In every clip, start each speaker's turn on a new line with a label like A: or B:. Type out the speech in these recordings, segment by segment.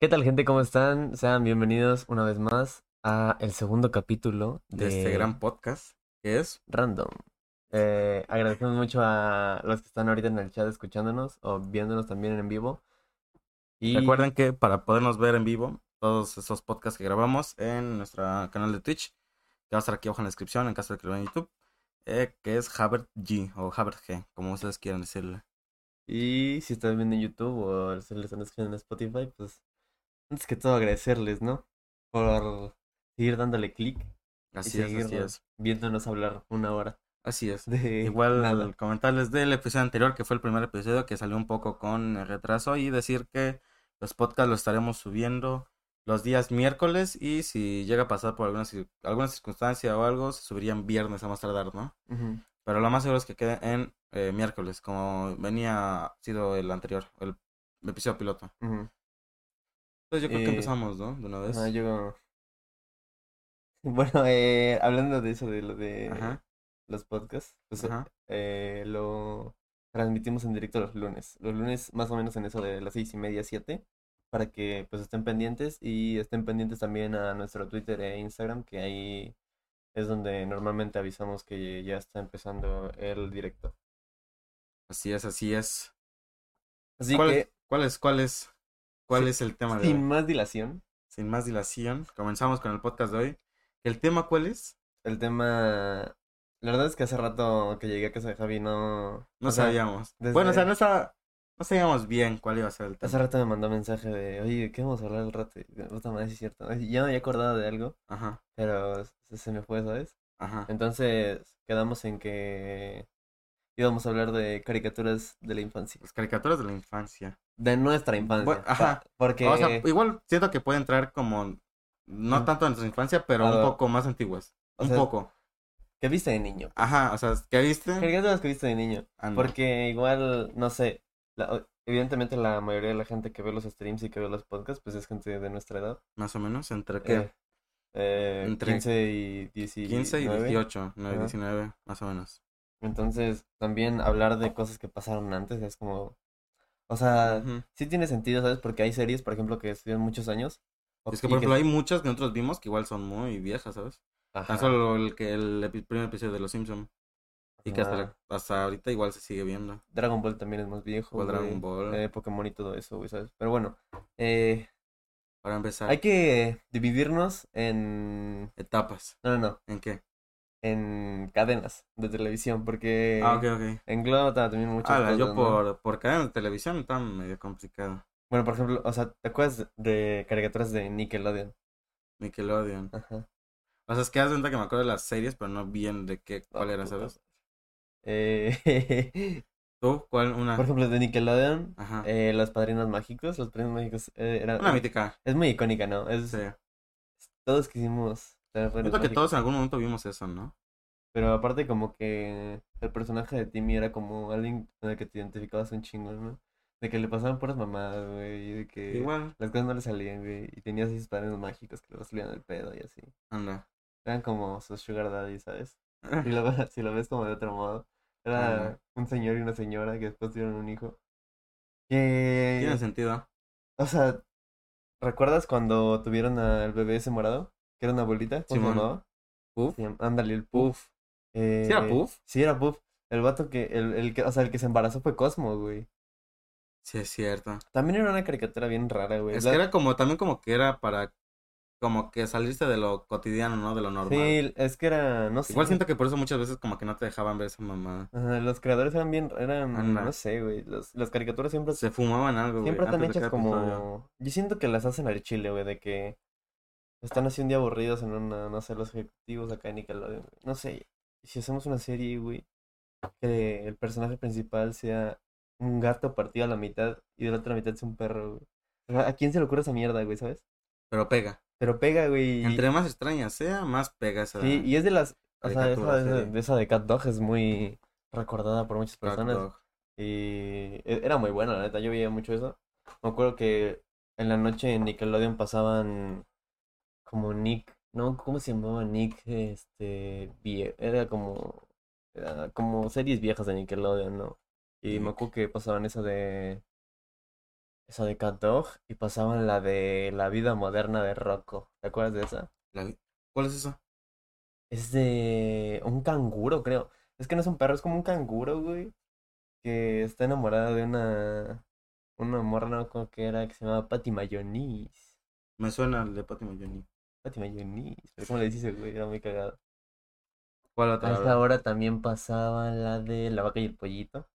A: ¿Qué tal gente? ¿Cómo están? Sean bienvenidos una vez más a el segundo capítulo de,
B: de este gran podcast que es
A: Random. Eh, agradecemos mucho a los que están ahorita en el chat escuchándonos o viéndonos también en vivo.
B: Y recuerden que para podernos ver en vivo todos esos podcasts que grabamos en nuestro canal de Twitch, que va a estar aquí abajo en la descripción en caso de que lo vean en YouTube, eh, que es Habert G o Habert G, como ustedes quieran decirle.
A: Y si están viendo en YouTube o si les están escuchando en Spotify, pues antes que todo agradecerles, ¿no? Por seguir dándole clic.
B: Así es, así es.
A: Viéndonos hablar una hora.
B: Así es. De Igual al comentarles del episodio anterior, que fue el primer episodio que salió un poco con retraso, y decir que los podcasts los estaremos subiendo los días miércoles y si llega a pasar por alguna, alguna circunstancia o algo, se subirían viernes a más tardar, ¿no? Uh -huh. Pero lo más seguro es que quede en eh, miércoles, como venía sido el anterior, el, el episodio piloto. Uh -huh. Entonces yo creo eh... que empezamos, ¿no? De una vez.
A: Ah, yo... Bueno, eh, hablando de eso, de lo de Ajá. los podcasts, pues, eh, lo transmitimos en directo los lunes. Los lunes más o menos en eso de las seis y media, siete, para que pues estén pendientes y estén pendientes también a nuestro Twitter e Instagram, que ahí es donde normalmente avisamos que ya está empezando el directo.
B: Así es, así es.
A: Así
B: ¿Cuál
A: que...
B: Es, ¿Cuál es, cuál es? ¿Cuál sí, es el tema de
A: sin
B: hoy?
A: más dilación.
B: Sin más dilación, comenzamos con el podcast de hoy. ¿El tema cuál es?
A: El tema. La verdad es que hace rato que llegué a casa de Javi no.
B: No o sabíamos. Sea, desde... Bueno, o sea, no, estaba... no sabíamos bien cuál iba a ser el tema.
A: Hace rato me mandó un mensaje de, oye, ¿qué vamos a hablar al rato? Puta madre, es cierto. Ya me había acordado de algo.
B: Ajá.
A: Pero se me fue, ¿sabes?
B: Ajá.
A: Entonces quedamos en que íbamos a hablar de caricaturas de la infancia.
B: Las caricaturas de la infancia.
A: De nuestra infancia.
B: Bueno, ajá.
A: Porque...
B: O sea, igual siento que puede entrar como, no tanto en nuestra infancia, pero un poco más antiguas.
A: Mm. Ah, O
B: un
A: sea,
B: poco. Mm.
A: ¿Qué viste de niño?
B: Ajá, o sea, ¿qué viste?
A: Caricaturas que viste de niño.
B: Ah, no.
A: Porque igual, no sé, la, evidentemente la mayoría de la gente que ve los streams y que ve los podcasts, pues es gente de nuestra edad.
B: Más o menos, ¿entre qué?
A: Eh, eh,
B: Entre
A: 15 y 19.
B: 15 y 18, 9, ajá. 19, más o menos.
A: Entonces, también hablar de cosas que pasaron antes es como. O sea,
B: Ujú.
A: sí tiene sentido, ¿sabes? Porque hay series, por ejemplo, que estuvieron muchos años. o-
B: Es que,
A: y
B: por ejemplo, hay muchas que nosotros vimos que igual son muy viejas, ¿sabes? Tan
A: Ajá.
B: solo el, que el epi- primer episodio de Los Simpsons. Y que
A: Ajá.
B: hasta, hasta ahorita igual se sigue viendo.
A: Dragon Ball también es más viejo.
B: Igual
A: güey,
B: Dragon Ball.
A: eh, Pokémon y todo eso, güey, ¿sabes? Pero bueno, eh,
B: Para empezar,
A: hay que dividirnos en.
B: etapas.
A: No, no, no.
B: ¿En qué?
A: En cadenas de televisión, porque
B: Ah, ok, ok.
A: engloba también muchas
B: Ah, la-
A: cosas,
B: yo
A: ¿no?
B: por, por cadena de televisión está medio complicado.
A: Bueno, por ejemplo, o sea, ¿te acuerdas de caricaturas de Nickelodeon?
B: Nickelodeon.
A: Ajá.
B: O sea, es que das cuenta que me acuerdo de las series, pero no bien de qué, cuál
A: Ah,
B: era,
A: puta
B: ¿sabes?
A: Eh,
B: ¿Tú? ¿Cuál?
A: por
B: Una.
A: ejemplo, de Nickelodeon,
B: Ajá.
A: eh, Los Padrinos Mágicos. Los Padrinos Mágicos eh, era-
B: Ah. Una mítica.
A: es muy icónica, ¿no? Es,
B: Sí.
A: Todos quisimos tener padrinos
B: Siento que
A: mágicos,
B: todos en algún momento vimos eso, ¿no?
A: Pero aparte, como que el personaje de Timmy era como alguien con el que te identificabas un chingo, ¿no? De que le pasaban puras mamadas, güey, y de que
B: Igual.
A: las cosas no le salían, güey, y tenía sus padrinos mágicos que le salían el pedo y así.
B: Anda.
A: Eran como sus sugar daddy, ¿sabes? Si lo, ve- si lo ves como de otro modo,
B: Ajá.
A: era un señor y una señora que después tuvieron un hijo.
B: Tiene
A: Que,
B: sentido.
A: o sea, ¿recuerdas cuando tuvieron al bebé ese morado? Que era una abuelita, ¿cómo se
B: Simón.
A: llamaba?
B: Puff.
A: Se llama- Ándale, el Puff.
B: Puff. ¿Sí era
A: Eh,
B: Puff?
A: Sí, era Puff. El vato que, el, el que, o sea, el que se embarazó fue Cosmo, güey.
B: Sí, es cierto.
A: También era una caricatura bien rara, güey. Pues
B: Es
A: La-
B: que era como, también como que era para, como que salirse de lo cotidiano, ¿no? De lo normal.
A: Sí, es que era, no sé.
B: Igual siento que por eso muchas veces como que no te dejaban ver esa mamada.
A: Ajá, los creadores eran bien, eran,
B: Anda.
A: no sé, güey. Los, las caricaturas siempre,
B: Se fumaban algo, güey.
A: siempre están
B: antes de
A: hechas
B: cada
A: como,
B: episodio.
A: yo siento que las hacen al chile, güey, de que están así un día aburridos en una, no sé, los ejecutivos acá en Nickelodeon, güey. no sé. Si hacemos una serie, güey, que el personaje principal sea un gato partido a la mitad y de la otra mitad sea un perro, güey. O sea, ¿A quién se le ocurre esa mierda, güey, sabes?
B: Pero pega.
A: Pero pega, güey. y-
B: Entre más extraña sea, más pega esa.
A: sí, y es de las. O sea, esa,
B: caricatura,
A: esa-
B: sí.
A: de esa de Cat Dog es muy recordada por muchas
B: Black
A: personas.
B: Dog.
A: Y e- era muy buena, la neta. Yo veía mucho eso. Me acuerdo que en la noche en Nickelodeon pasaban como Nick, No, ¿cómo se llamaba Nick? Este, vie- era como, era como series viejas de Nickelodeon, ¿no? Y me acuerdo que pasaban esa de, esa de Cat Dog y pasaban la de La vida moderna de Rocco. ¿Te acuerdas de esa?
B: La vi- ¿Cuál es esa?
A: Es de un canguro, creo. Es que no es un perro, es como un canguro, güey. Que está enamorada de una, una morra, no me acuerdo qué era, que se llamaba Patty Mayonis.
B: Me suena el de Patty Mayoni.
A: Patty Mayonis, pero ¿cómo le dices, güey? Era muy cagado.
B: ¿Cuál
A: A
B: otra?
A: esa hora también pasaba la de la vaca y el pollito.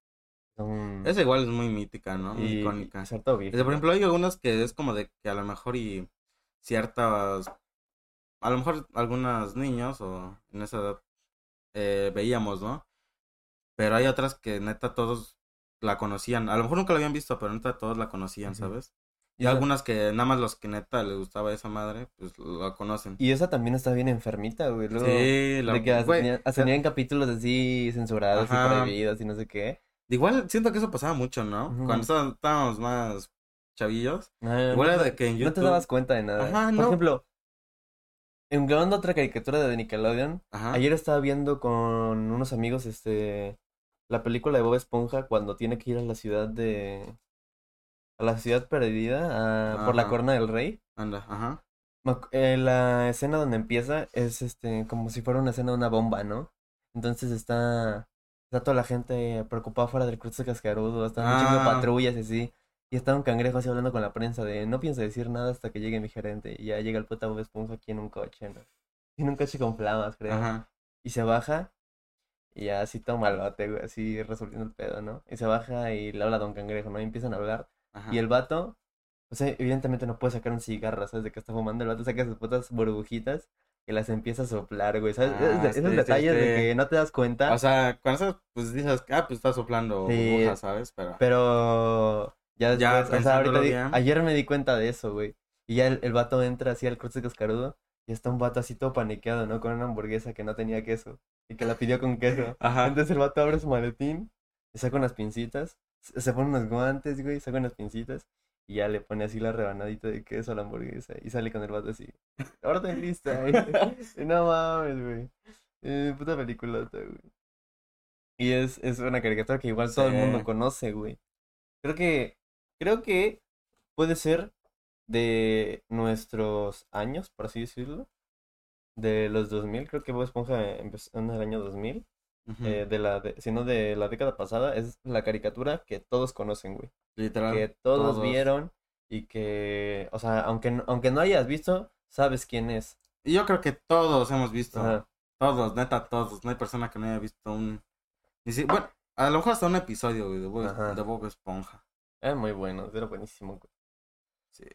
A: Son...
B: Esa igual es muy mítica, ¿no? Muy
A: y-
B: icónica.
A: y sobre todo
B: Este, por ejemplo, hay algunas que es como de que a lo mejor y ciertas, a lo mejor algunos niños o en esa edad eh, veíamos, ¿no? Pero hay otras que neta todos la conocían. A lo mejor nunca la habían visto, pero neta todos la conocían,
A: Ujú.
B: ¿sabes?
A: Y
B: Y
A: esa-
B: algunas que nada más los que neta les gustaba esa madre, pues la conocen.
A: Y esa también está bien enfermita, güey. Luego,
B: Sí, la...
A: de que hasta
B: güey,
A: tenían, hasta
B: la-
A: tenían capítulos así censurados y
B: Ajá.
A: prohibidos y no sé qué.
B: Igual siento que eso pasaba mucho, ¿no?
A: Ujú.
B: Cuando está- estábamos más chavillos.
A: Ah, No,
B: Igual
A: no
B: era
A: te-
B: de que en
A: No te
B: YouTube...
A: dabas cuenta de nada.
B: Ajá,
A: Por
B: no.
A: ejemplo, englobando otra caricatura de Nickelodeon,
B: Ajá.
A: ayer estaba viendo con unos amigos este la película de Bob Esponja cuando tiene que ir a la ciudad de a la ciudad perdida a- por la
B: Ajá.
A: corona del rey.
B: Anda, ajá.
A: Me acu- eh, la escena donde empieza es este como si fuera una escena de una bomba, ¿no? Entonces está, está toda la gente preocupada fuera del cruce cascarudo, están un chingo de
B: Ah.
A: patrullas y así. Y está un cangrejo así hablando con la prensa de no pienso decir nada hasta que llegue mi gerente. Y ya llega el puta Bob Esponja aquí en un coche, ¿no? En un coche con flamas, creo.
B: Ajá.
A: Y se baja y ya así toma malote, güey, así resolviendo el pedo, ¿no? Y se baja y le habla a Don Cangrejo, ¿no? Y empiezan a hablar.
B: Ajá.
A: Y el vato, o sea, evidentemente no puede sacar un cigarro, ¿sabes? De que está fumando, el vato saca sus putas burbujitas y las empieza a soplar, güey, ¿sabes?
B: Ah,
A: esos, esos
B: sí, sí,
A: detalles de
B: sí.
A: que no te das cuenta,
B: O sea, con eso, pues dices, ah, pues está soplando
A: Sí.
B: burbujas, ¿sabes? Pero.
A: pero ya
B: Ya
A: después, o sea, ahorita
B: pensándolo
A: di-
B: bien.
A: ayer me di cuenta de eso, güey. Y ya el, el vato entra así al cruce cascarudo y está un vato así todo paniqueado, ¿no? Con una hamburguesa que no tenía queso y que la pidió con queso.
B: Ajá.
A: Entonces el vato abre su maletín, le saca unas pincitas, se se pone unos guantes, güey, saca unas pincitas y ya le pone así la rebanadita de queso a la hamburguesa y sale con el vato así. Orden lista, güey. Y No mames, güey. Eh, puta peliculota, güey. Y es, es una caricatura que igual todo el mundo
B: Sí.
A: conoce, güey. Creo que, creo que puede ser de nuestros años, por así decirlo. De los 2000, creo que Bob Esponja empezó en el año 2000
B: Ujú.
A: eh, de la de- sino de la década pasada, es la caricatura que todos conocen, güey.
B: Literal.
A: que todos,
B: Ah, todos.
A: vieron y que, o sea, aunque, no- aunque no hayas visto, sabes quién es.
B: Y yo creo que todos hemos visto.
A: Ajá.
B: Todos, neta, todos. No hay persona que no haya visto un. ni si- Bueno, a lo mejor hasta un episodio, güey, de
A: Ajá.
B: Bob, de Bob Esponja.
A: Era muy bueno, era buenísimo, güey.
B: Sí.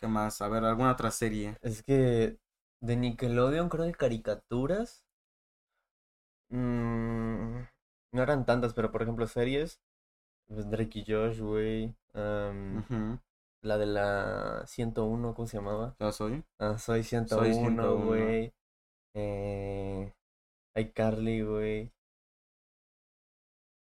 B: ¿Qué más? A ver, alguna otra serie.
A: Es que de Nickelodeon, creo que caricaturas. mm, no eran tantas, pero por ejemplo, series. pues, Drake y Josh, güey. am,
B: Ujú.
A: la de la 101, ¿cómo se llamaba?
B: ¿Ya soy?
A: Ah, soy 101,
B: 101.
A: güey. Eh, iCarly, güey.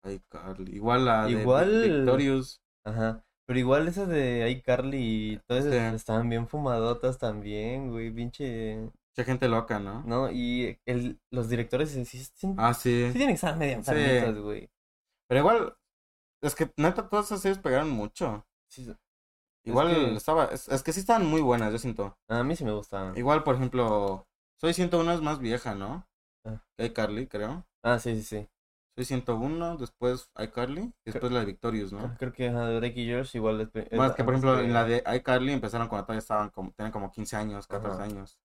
B: Ay, Carly. Igual la
A: Igual-
B: de Vic- Victorious.
A: Ajá. Pero igual esa de iCarly y todas esas
B: Sí.
A: estaban bien fumadotas también, güey. Pinche.
B: Mucha gente loca, ¿no?
A: No, y el, los directores sí, sí, sí-
B: Ah,
A: sí
B: sí.
A: tienen que estar medio
B: Sí.
A: enfermitos, güey.
B: Pero igual, es que neta, todas esas series pegaron mucho.
A: Sí,
B: Igual
A: que-
B: estaba, es, es que sí estaban muy buenas, yo siento.
A: a mí sí me gustaban.
B: Igual, por ejemplo, Soy 101 es más vieja, ¿no?
A: Ah.
B: Hay Carly, creo.
A: Ah, sí, sí, sí.
B: Soy 101, después Hay Carly, después la de Victorious, ¿no?
A: Creo que ajá, Drake y Josh igual. es- es
B: Ah. Más
A: la-
B: que, por ejemplo,
A: este,
B: en la de Hay Carly empezaron cuando todavía estaban como, tenían como 15 años, 14
A: Ajá.
B: años.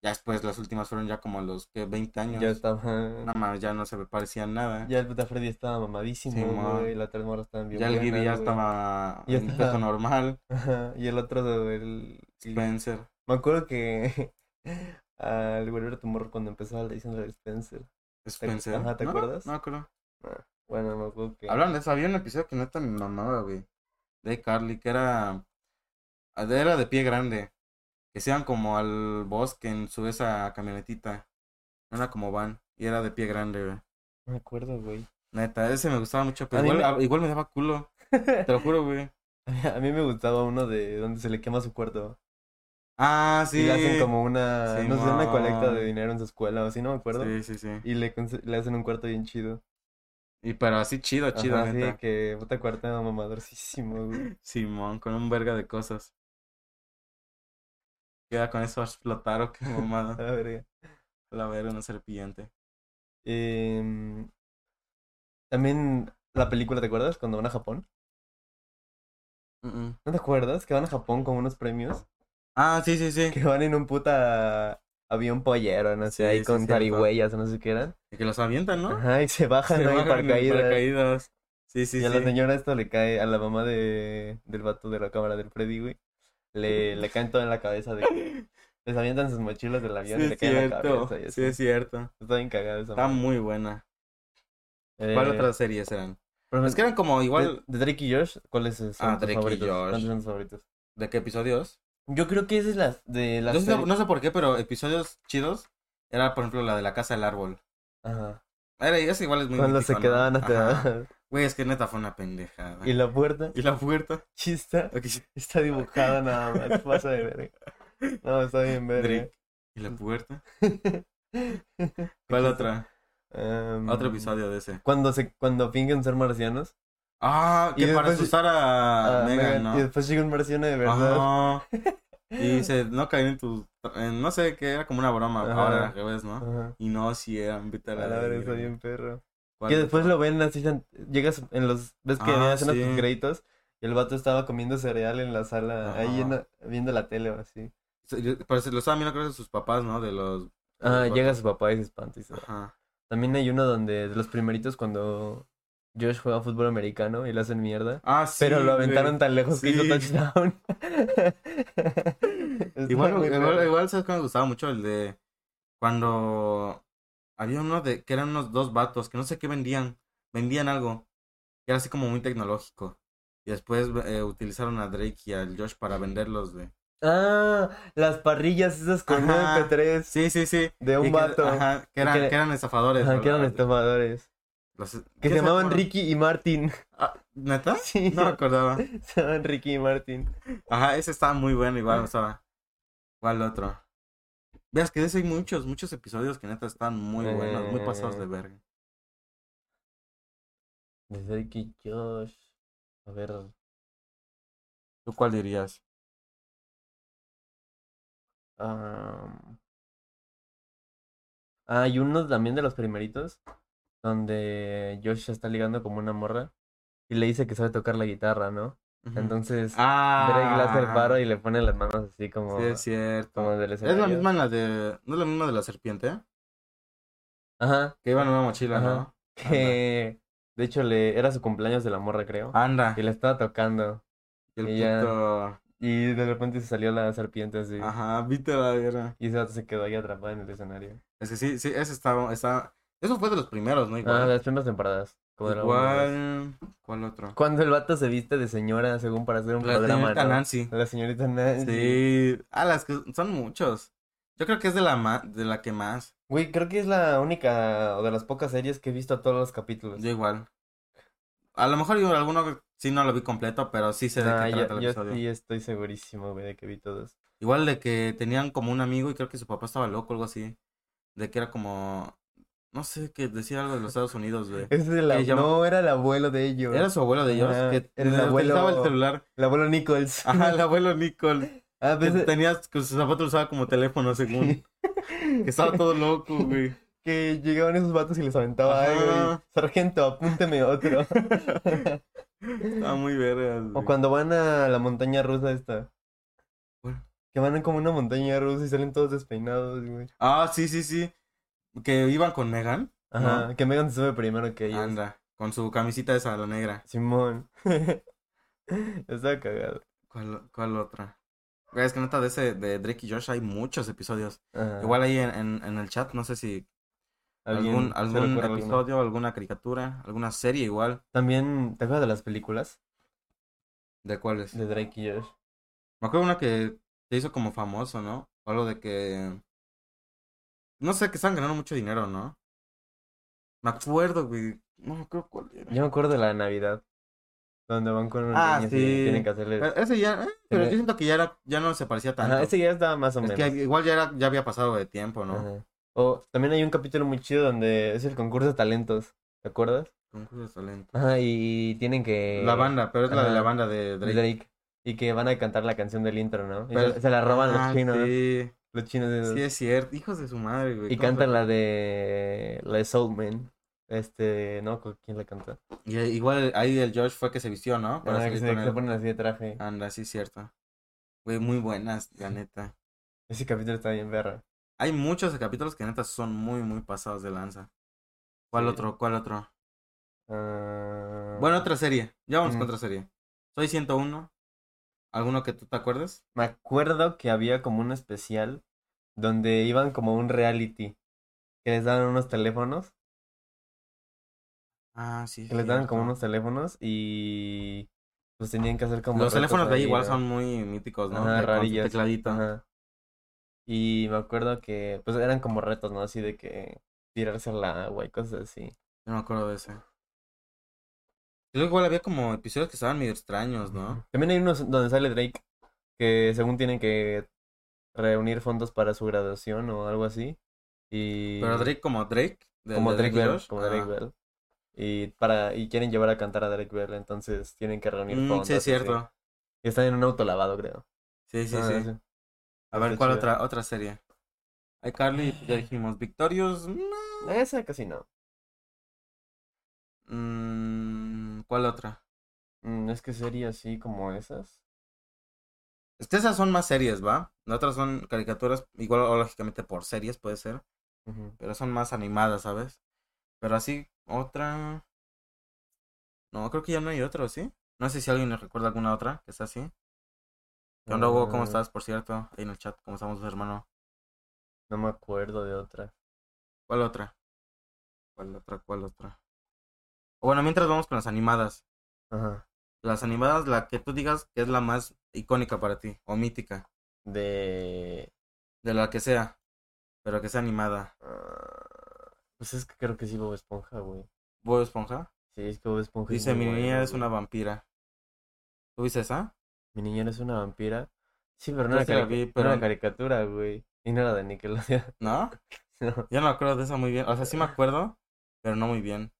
B: Ya después las últimas fueron ya como a los que 20 años.
A: Ya estaba.
B: Nada más, ya no se parecían nada. Ya,
A: Ya el puta Freddy estaba mamadísimo,
B: Simón.
A: güey. La otra morra estaba bien.
B: el
A: buena,
B: Gibby ya
A: güey.
B: estaba
A: Ya
B: en
A: estaba.
B: peso normal.
A: Ajá, y el otro, el...
B: Spencer.
A: Me acuerdo que al volver a tu morro cuando empezaba le dicen de Spencer.
B: Spencer.
A: Ajá, ¿te
B: No,
A: acuerdas?
B: No, creo.
A: Bueno, me acuerdo que...
B: Hablan de eso, había un episodio que neta me mamaba, güey. De Carly, que era. Era de pie grande. Que se iban como al bosque en su esa camionetita. No era como van. Y era de pie grande, güey.
A: No me acuerdo, güey.
B: Neta, ese me gustaba mucho.
A: A
B: Pero
A: mí
B: igual, a- igual me daba culo. Te lo juro, güey.
A: A mí me gustaba uno de donde se le quema su cuarto.
B: Ah, sí.
A: Y le hacen como una, no sé, una
B: Simón.
A: colecta de dinero en su escuela o así, no me acuerdo.
B: Sí, sí, sí.
A: Y le, conse- le hacen un cuarto bien chido.
B: Y pero así chido, chido,
A: Ajá, sí,
B: neta.
A: que puta cuarto mamadorcísimo, güey.
B: Simón, con un verga de cosas. Queda con eso a explotar o qué
A: A
B: mamada.
A: la verga.
B: La verga, una serpiente.
A: Em, también la película, ¿te acuerdas? Cuando van a Japón.
B: Mm, mm.
A: ¿No te acuerdas? Que van a Japón con unos premios.
B: Ah, sí, sí, sí.
A: Que van en un puta avión pollero, no sé,
B: Sí,
A: ahí
B: sí,
A: con
B: cierto.
A: tarihuellas o no sé qué eran.
B: Y que los avientan, ¿no?
A: Ajá, y se bajan
B: Se
A: ahí en
B: bajan en
A: paracaídas.
B: paracaídas. Sí, sí,
A: y a la
B: sí.
A: señora esto le cae, a la mamá de, del vato de la cámara del Freddy, güey. Le, le caen todo en la cabeza de que les avientan sus mochilas del avión
B: Sí,
A: y le
B: es
A: caen en la
B: cierto.
A: cabeza. Y así.
B: Sí, es cierto.
A: Está bien cagada esa
B: Está
A: madre.
B: muy buena. ¿Cuál
A: Eh,
B: otras series eran?
A: por
B: Es que
A: ejemplo,
B: eran como igual.
A: de, de Drake y Josh, ¿cuáles son
B: Ah,
A: tus
B: Drake y
A: favoritos?
B: Josh.
A: ¿Cuántos son tus favoritos?
B: ¿De qué episodios?
A: Yo creo que esa es la de la
B: No sé,
A: serie-
B: no sé por qué, pero episodios chidos. Era, por ejemplo, la de la casa del árbol.
A: Ajá.
B: Era, esa igual es muy
A: Cuando se
B: mítico, ¿no?
A: quedaban
B: Ajá.
A: hasta
B: Güey, es que neta fue una pendejada.
A: y la puerta
B: ¿Y la puerta?
A: chista
B: Ok,
A: está dibujada nada más, pasa de verga. No, está bien verga.
B: Drake. ¿Y la puerta? ¿Cuál otra?
A: Em,
B: Otro episodio de ese.
A: Cuando se cuando fingen ser marcianos.
B: Ah,
A: Y
B: que para
A: después-
B: asustar a
A: Ah,
B: Megan,
A: Megan,
B: ¿no?
A: Y después llega un marciano de verdad.
B: Ajá. Y dice, no caí en tu... en- no sé, que era como una broma.
A: Ajá.
B: Ahora al revés, ¿no?
A: Ajá.
B: Y no, si era invita a
A: A
B: la...
A: la verga, está
B: verga.
A: bien perro.
B: ¿Cuál
A: Que
B: otra?
A: después lo ven así, tan- llegas en los, ves que
B: Ah,
A: hacen
B: sí.
A: los créditos y el vato estaba comiendo cereal en la sala, ahí en la- viendo la tele o así.
B: Sí, yo- Pero se- lo estaban viendo creo que sus papás, ¿no? De los...
A: Ah,
B: los
A: llega su papá y se espanta y se va.
B: Ajá.
A: También hay uno donde de los primeritos cuando Josh juega fútbol americano y le hacen mierda.
B: Ah, sí.
A: pero lo
B: güey.
A: aventaron tan lejos que hizo
B: Sí.
A: touchdown. Está
B: Igual,
A: muy
B: igual,
A: raro.
B: igual, ¿sabes que me gustaba mucho? El de cuando había uno de que eran unos dos vatos que no sé qué vendían, vendían algo que era así como muy tecnológico. Y después eh, utilizaron a Drake y al Josh para venderlos, güey.
A: Ah, las parrillas esas con un
B: Ajá.
A: MP3
B: Sí, sí, sí.
A: de
B: Y
A: un
B: que-
A: vato. Ajá,
B: ajá, que, eran,
A: que-
B: que eran estafadores.
A: que eran
B: ¿verdad?
A: estafadores.
B: Los-
A: Que
B: ¿quién
A: se
B: sabe
A: llamaban
B: cómo-
A: Ricky y Martin.
B: Ah, ¿Neta?
A: Sí,
B: No me acordaba.
A: se llamaban Ricky y Martin.
B: Ajá, ese estaba muy bueno, igual me gustaba. ¿Cuál otro? Veas que de ese hay muchos, muchos episodios que neta están muy buenos, muy pasados de
A: Eh.
B: verga.
A: De Ricky y Josh. A ver.
B: ¿Tú cuál dirías?
A: am. Ah, hay uno también de los primeritos. Donde Josh se está ligando como una morra. Y le dice que sabe tocar la guitarra, ¿no? Entonces,
B: ah,
A: Drake le hace el paro y le pone las manos así como,
B: Sí, es cierto.
A: como del
B: Es la
A: escenario.
B: misma en la de. ¿No es la misma de la serpiente?
A: Ajá.
B: Que iba en una mochila,
A: Ajá.
B: ¿no?
A: Que de hecho le era su cumpleaños de la morra, creo.
B: Anda.
A: Y le estaba tocando.
B: Y el
A: y ya.
B: puto.
A: Y de repente se salió la serpiente así.
B: Ajá, viste la guerra.
A: Y ese vato se quedó ahí atrapado en el escenario.
B: Es que sí, sí, ese estaba. estaba- Eso fue de los primeros, ¿no?
A: Ah, de
B: Igual.
A: las primeras temporadas. como de la uno, dos.
B: Igual. ¿Cuál otro?
A: Cuando el vato se viste de señora, según para hacer un
B: La
A: programa,
B: señorita
A: ¿no?
B: Nancy.
A: La señorita Nancy.
B: Sí. Ah, las que son muchos. Yo creo que es de la, ma- de la que más.
A: Güey, creo que es la única o de las pocas series que he visto todos los capítulos.
B: Yo igual. A lo mejor yo alguno sí no lo vi completo, pero sí sé de
A: Nah,
B: qué
A: yo,
B: trata el
A: Ah, yo
B: episodio.
A: sí estoy segurísimo, güey, de que vi todos.
B: Igual de que tenían como un amigo y creo que su papá estaba loco o algo así. De que era como. No sé, que decía algo de los Estados Unidos, güey.
A: Ese de la-
B: Que llama-
A: No, era el abuelo de ellos.
B: Eh, Era su abuelo de ellos.
A: Ajá,
B: que
A: era el
B: le
A: abuelo-
B: utilizaba el celular.
A: El abuelo Nichols.
B: Ajá, el abuelo Nicole.
A: Ah,
B: Que
A: pues, eh,
B: tenía que su zapato lo usaba como teléfono, según. Que estaba todo loco, güey.
A: eh, que llegaban esos vatos y les aventaba
B: Ajá.
A: algo y, sargento, apúnteme otro.
B: Estaba muy verga.
A: o
B: güey.
A: cuando van a la montaña rusa esta.
B: ¿Cuál?
A: Que van en como una montaña rusa y salen todos despeinados, güey.
B: Ah, sí, sí, sí. Que iban con Megan.
A: Ajá, que Megan se sube primero que ellos.
B: Anda. Con su camisita esa, la negra.
A: Simón. Estaba cagado.
B: ¿Cuál, cuál otra? Güey, es que neta de ese, de Drake y Josh hay muchos episodios.
A: Ajá,
B: Igual ahí en, en, en el chat, no sé si
A: Ah. ¿alguien
B: algún,
A: se
B: algún
A: recuerda alguno?
B: episodio, alguna caricatura, alguna serie igual.
A: También, ¿te acuerdas de las películas?
B: ¿De cuáles?
A: De Drake y Josh.
B: Me acuerdo una que se hizo como famoso, ¿no? O algo de que... No sé, que estaban ganando mucho dinero, ¿no? Me acuerdo, güey. No me acuerdo cuál era.
A: Yo me acuerdo de la Navidad. Donde van con una
B: Ah,
A: niña
B: sí.
A: y tienen que hacerle.
B: Pero ese ya, eh, pero
A: Tiene-
B: yo siento que ya era, ya no se parecía tanto.
A: Ajá, ese ya está más o
B: es
A: menos.
B: que igual ya era, ya había pasado de tiempo, ¿no?
A: Ajá. O también hay un capítulo muy chido donde es el concurso de talentos. ¿Te acuerdas?
B: Concurso de talento.
A: Ajá, y tienen que.
B: la banda, pero es la de la
A: Eh, ajá.
B: banda
A: de
B: de Drake.
A: Drake. Y que van a cantar la canción del intro, ¿no? Y
B: Pero-
A: se, se la roban
B: Ah,
A: los chinos.
B: Sí.
A: Los chinos de
B: sí, es cierto. Hijos de su madre, güey.
A: Y
B: ¿Cómo se-
A: cantan la de. La de Soul Man. Este. No, ¿con ¿quién la canta?
B: Y, eh, igual ahí el George fue que se vistió, ¿no? Para
A: Ah, que
B: salir
A: se,
B: con
A: que
B: él. Ah.
A: se ponen así de traje.
B: Anda, sí, cierto. Güey, muy buenas, la neta.
A: Ese capítulo está bien perro.
B: Hay muchos capítulos que neta son muy, muy pasados de lanza. ¿Cuál
A: Sí.
B: otro? ¿Cuál otro?
A: Ah,
B: Bueno, otra serie. Ya vamos con
A: Ujú.
B: otra serie. Soy 101. ¿Alguno que tú te acuerdas?
A: Me acuerdo que había como un especial donde iban como a un reality. Que les daban unos teléfonos.
B: Ah, sí.
A: Que les daban como
B: cierto.
A: unos teléfonos y. Pues tenían que hacer como.
B: Los
A: retos
B: teléfonos de ahí igual
A: ¿no?
B: son muy míticos, ¿no?
A: Ajá,
B: De- con su
A: rarillos.
B: tecladito.
A: Ajá. Y me acuerdo que, pues eran como retos, ¿no? Así de que tirarse al agua y cosas así.
B: Yo me acuerdo de ese. Creo que igual había como episodios que estaban medio extraños, Pues, ¿no?
A: También hay unos donde sale Drake, que según tienen que reunir fondos para su graduación o algo así. Y
B: Pero Drake como Drake. de-
A: como
B: de
A: Drake Bell,
B: Josh.
A: como
B: Ah.
A: Drake Bell. Y para, y quieren llevar a cantar a Drake Bell, entonces tienen que reunir
B: Mm,
A: fondos.
B: sí, es
A: así.
B: cierto.
A: Y están en un auto lavado, creo.
B: Sí, sí,
A: Ah,
B: sí.
A: sí.
B: A ver,
A: Está
B: ¿cuál
A: chido.
B: otra, otra serie? iCarly, ya dijimos. Victorious. no.
A: Esa casi no.
B: Mm, ¿Cuál otra?
A: Mm, es que sería así como esas.
B: Es que esas son más series, ¿va? Las otras son caricaturas, igual o lógicamente por series puede ser,
A: Ujú.
B: pero son más animadas, ¿sabes? Pero así, otra... No, creo que ya no hay otro, ¿sí? No sé si alguien nos recuerda alguna otra que sea así. ¿Qué onda, Hugo? ¿Cómo
A: Ah,
B: estás, por cierto? Ahí en el chat, ¿cómo estamos, hermano?
A: No me acuerdo de otra.
B: ¿Cuál otra? ¿Cuál otra? ¿Cuál otra? Bueno, mientras vamos con las animadas.
A: Ajá.
B: Las animadas, la que tú digas que es la más icónica para ti, o mítica,
A: De.
B: de la que sea, pero que sea animada.
A: ah, Pues es que creo que sí, Bob Esponja, güey.
B: ¿Bob Esponja?
A: Sí, es que Bob Esponja. es
B: Dice,
A: muy
B: mi
A: bueno,
B: niña es
A: güey.
B: una vampira. ¿Tú ah? viste esa?
A: Mi niña es una vampira. Sí, pero no
B: Yo
A: era,
B: sí la
A: carica-
B: vi,
A: no
B: pero-
A: era caricatura, güey. Y no era de Nickelodeon.
B: ¿No?
A: no.
B: Yo no me acuerdo de esa muy bien. O sea, sí me acuerdo, pero no muy bien.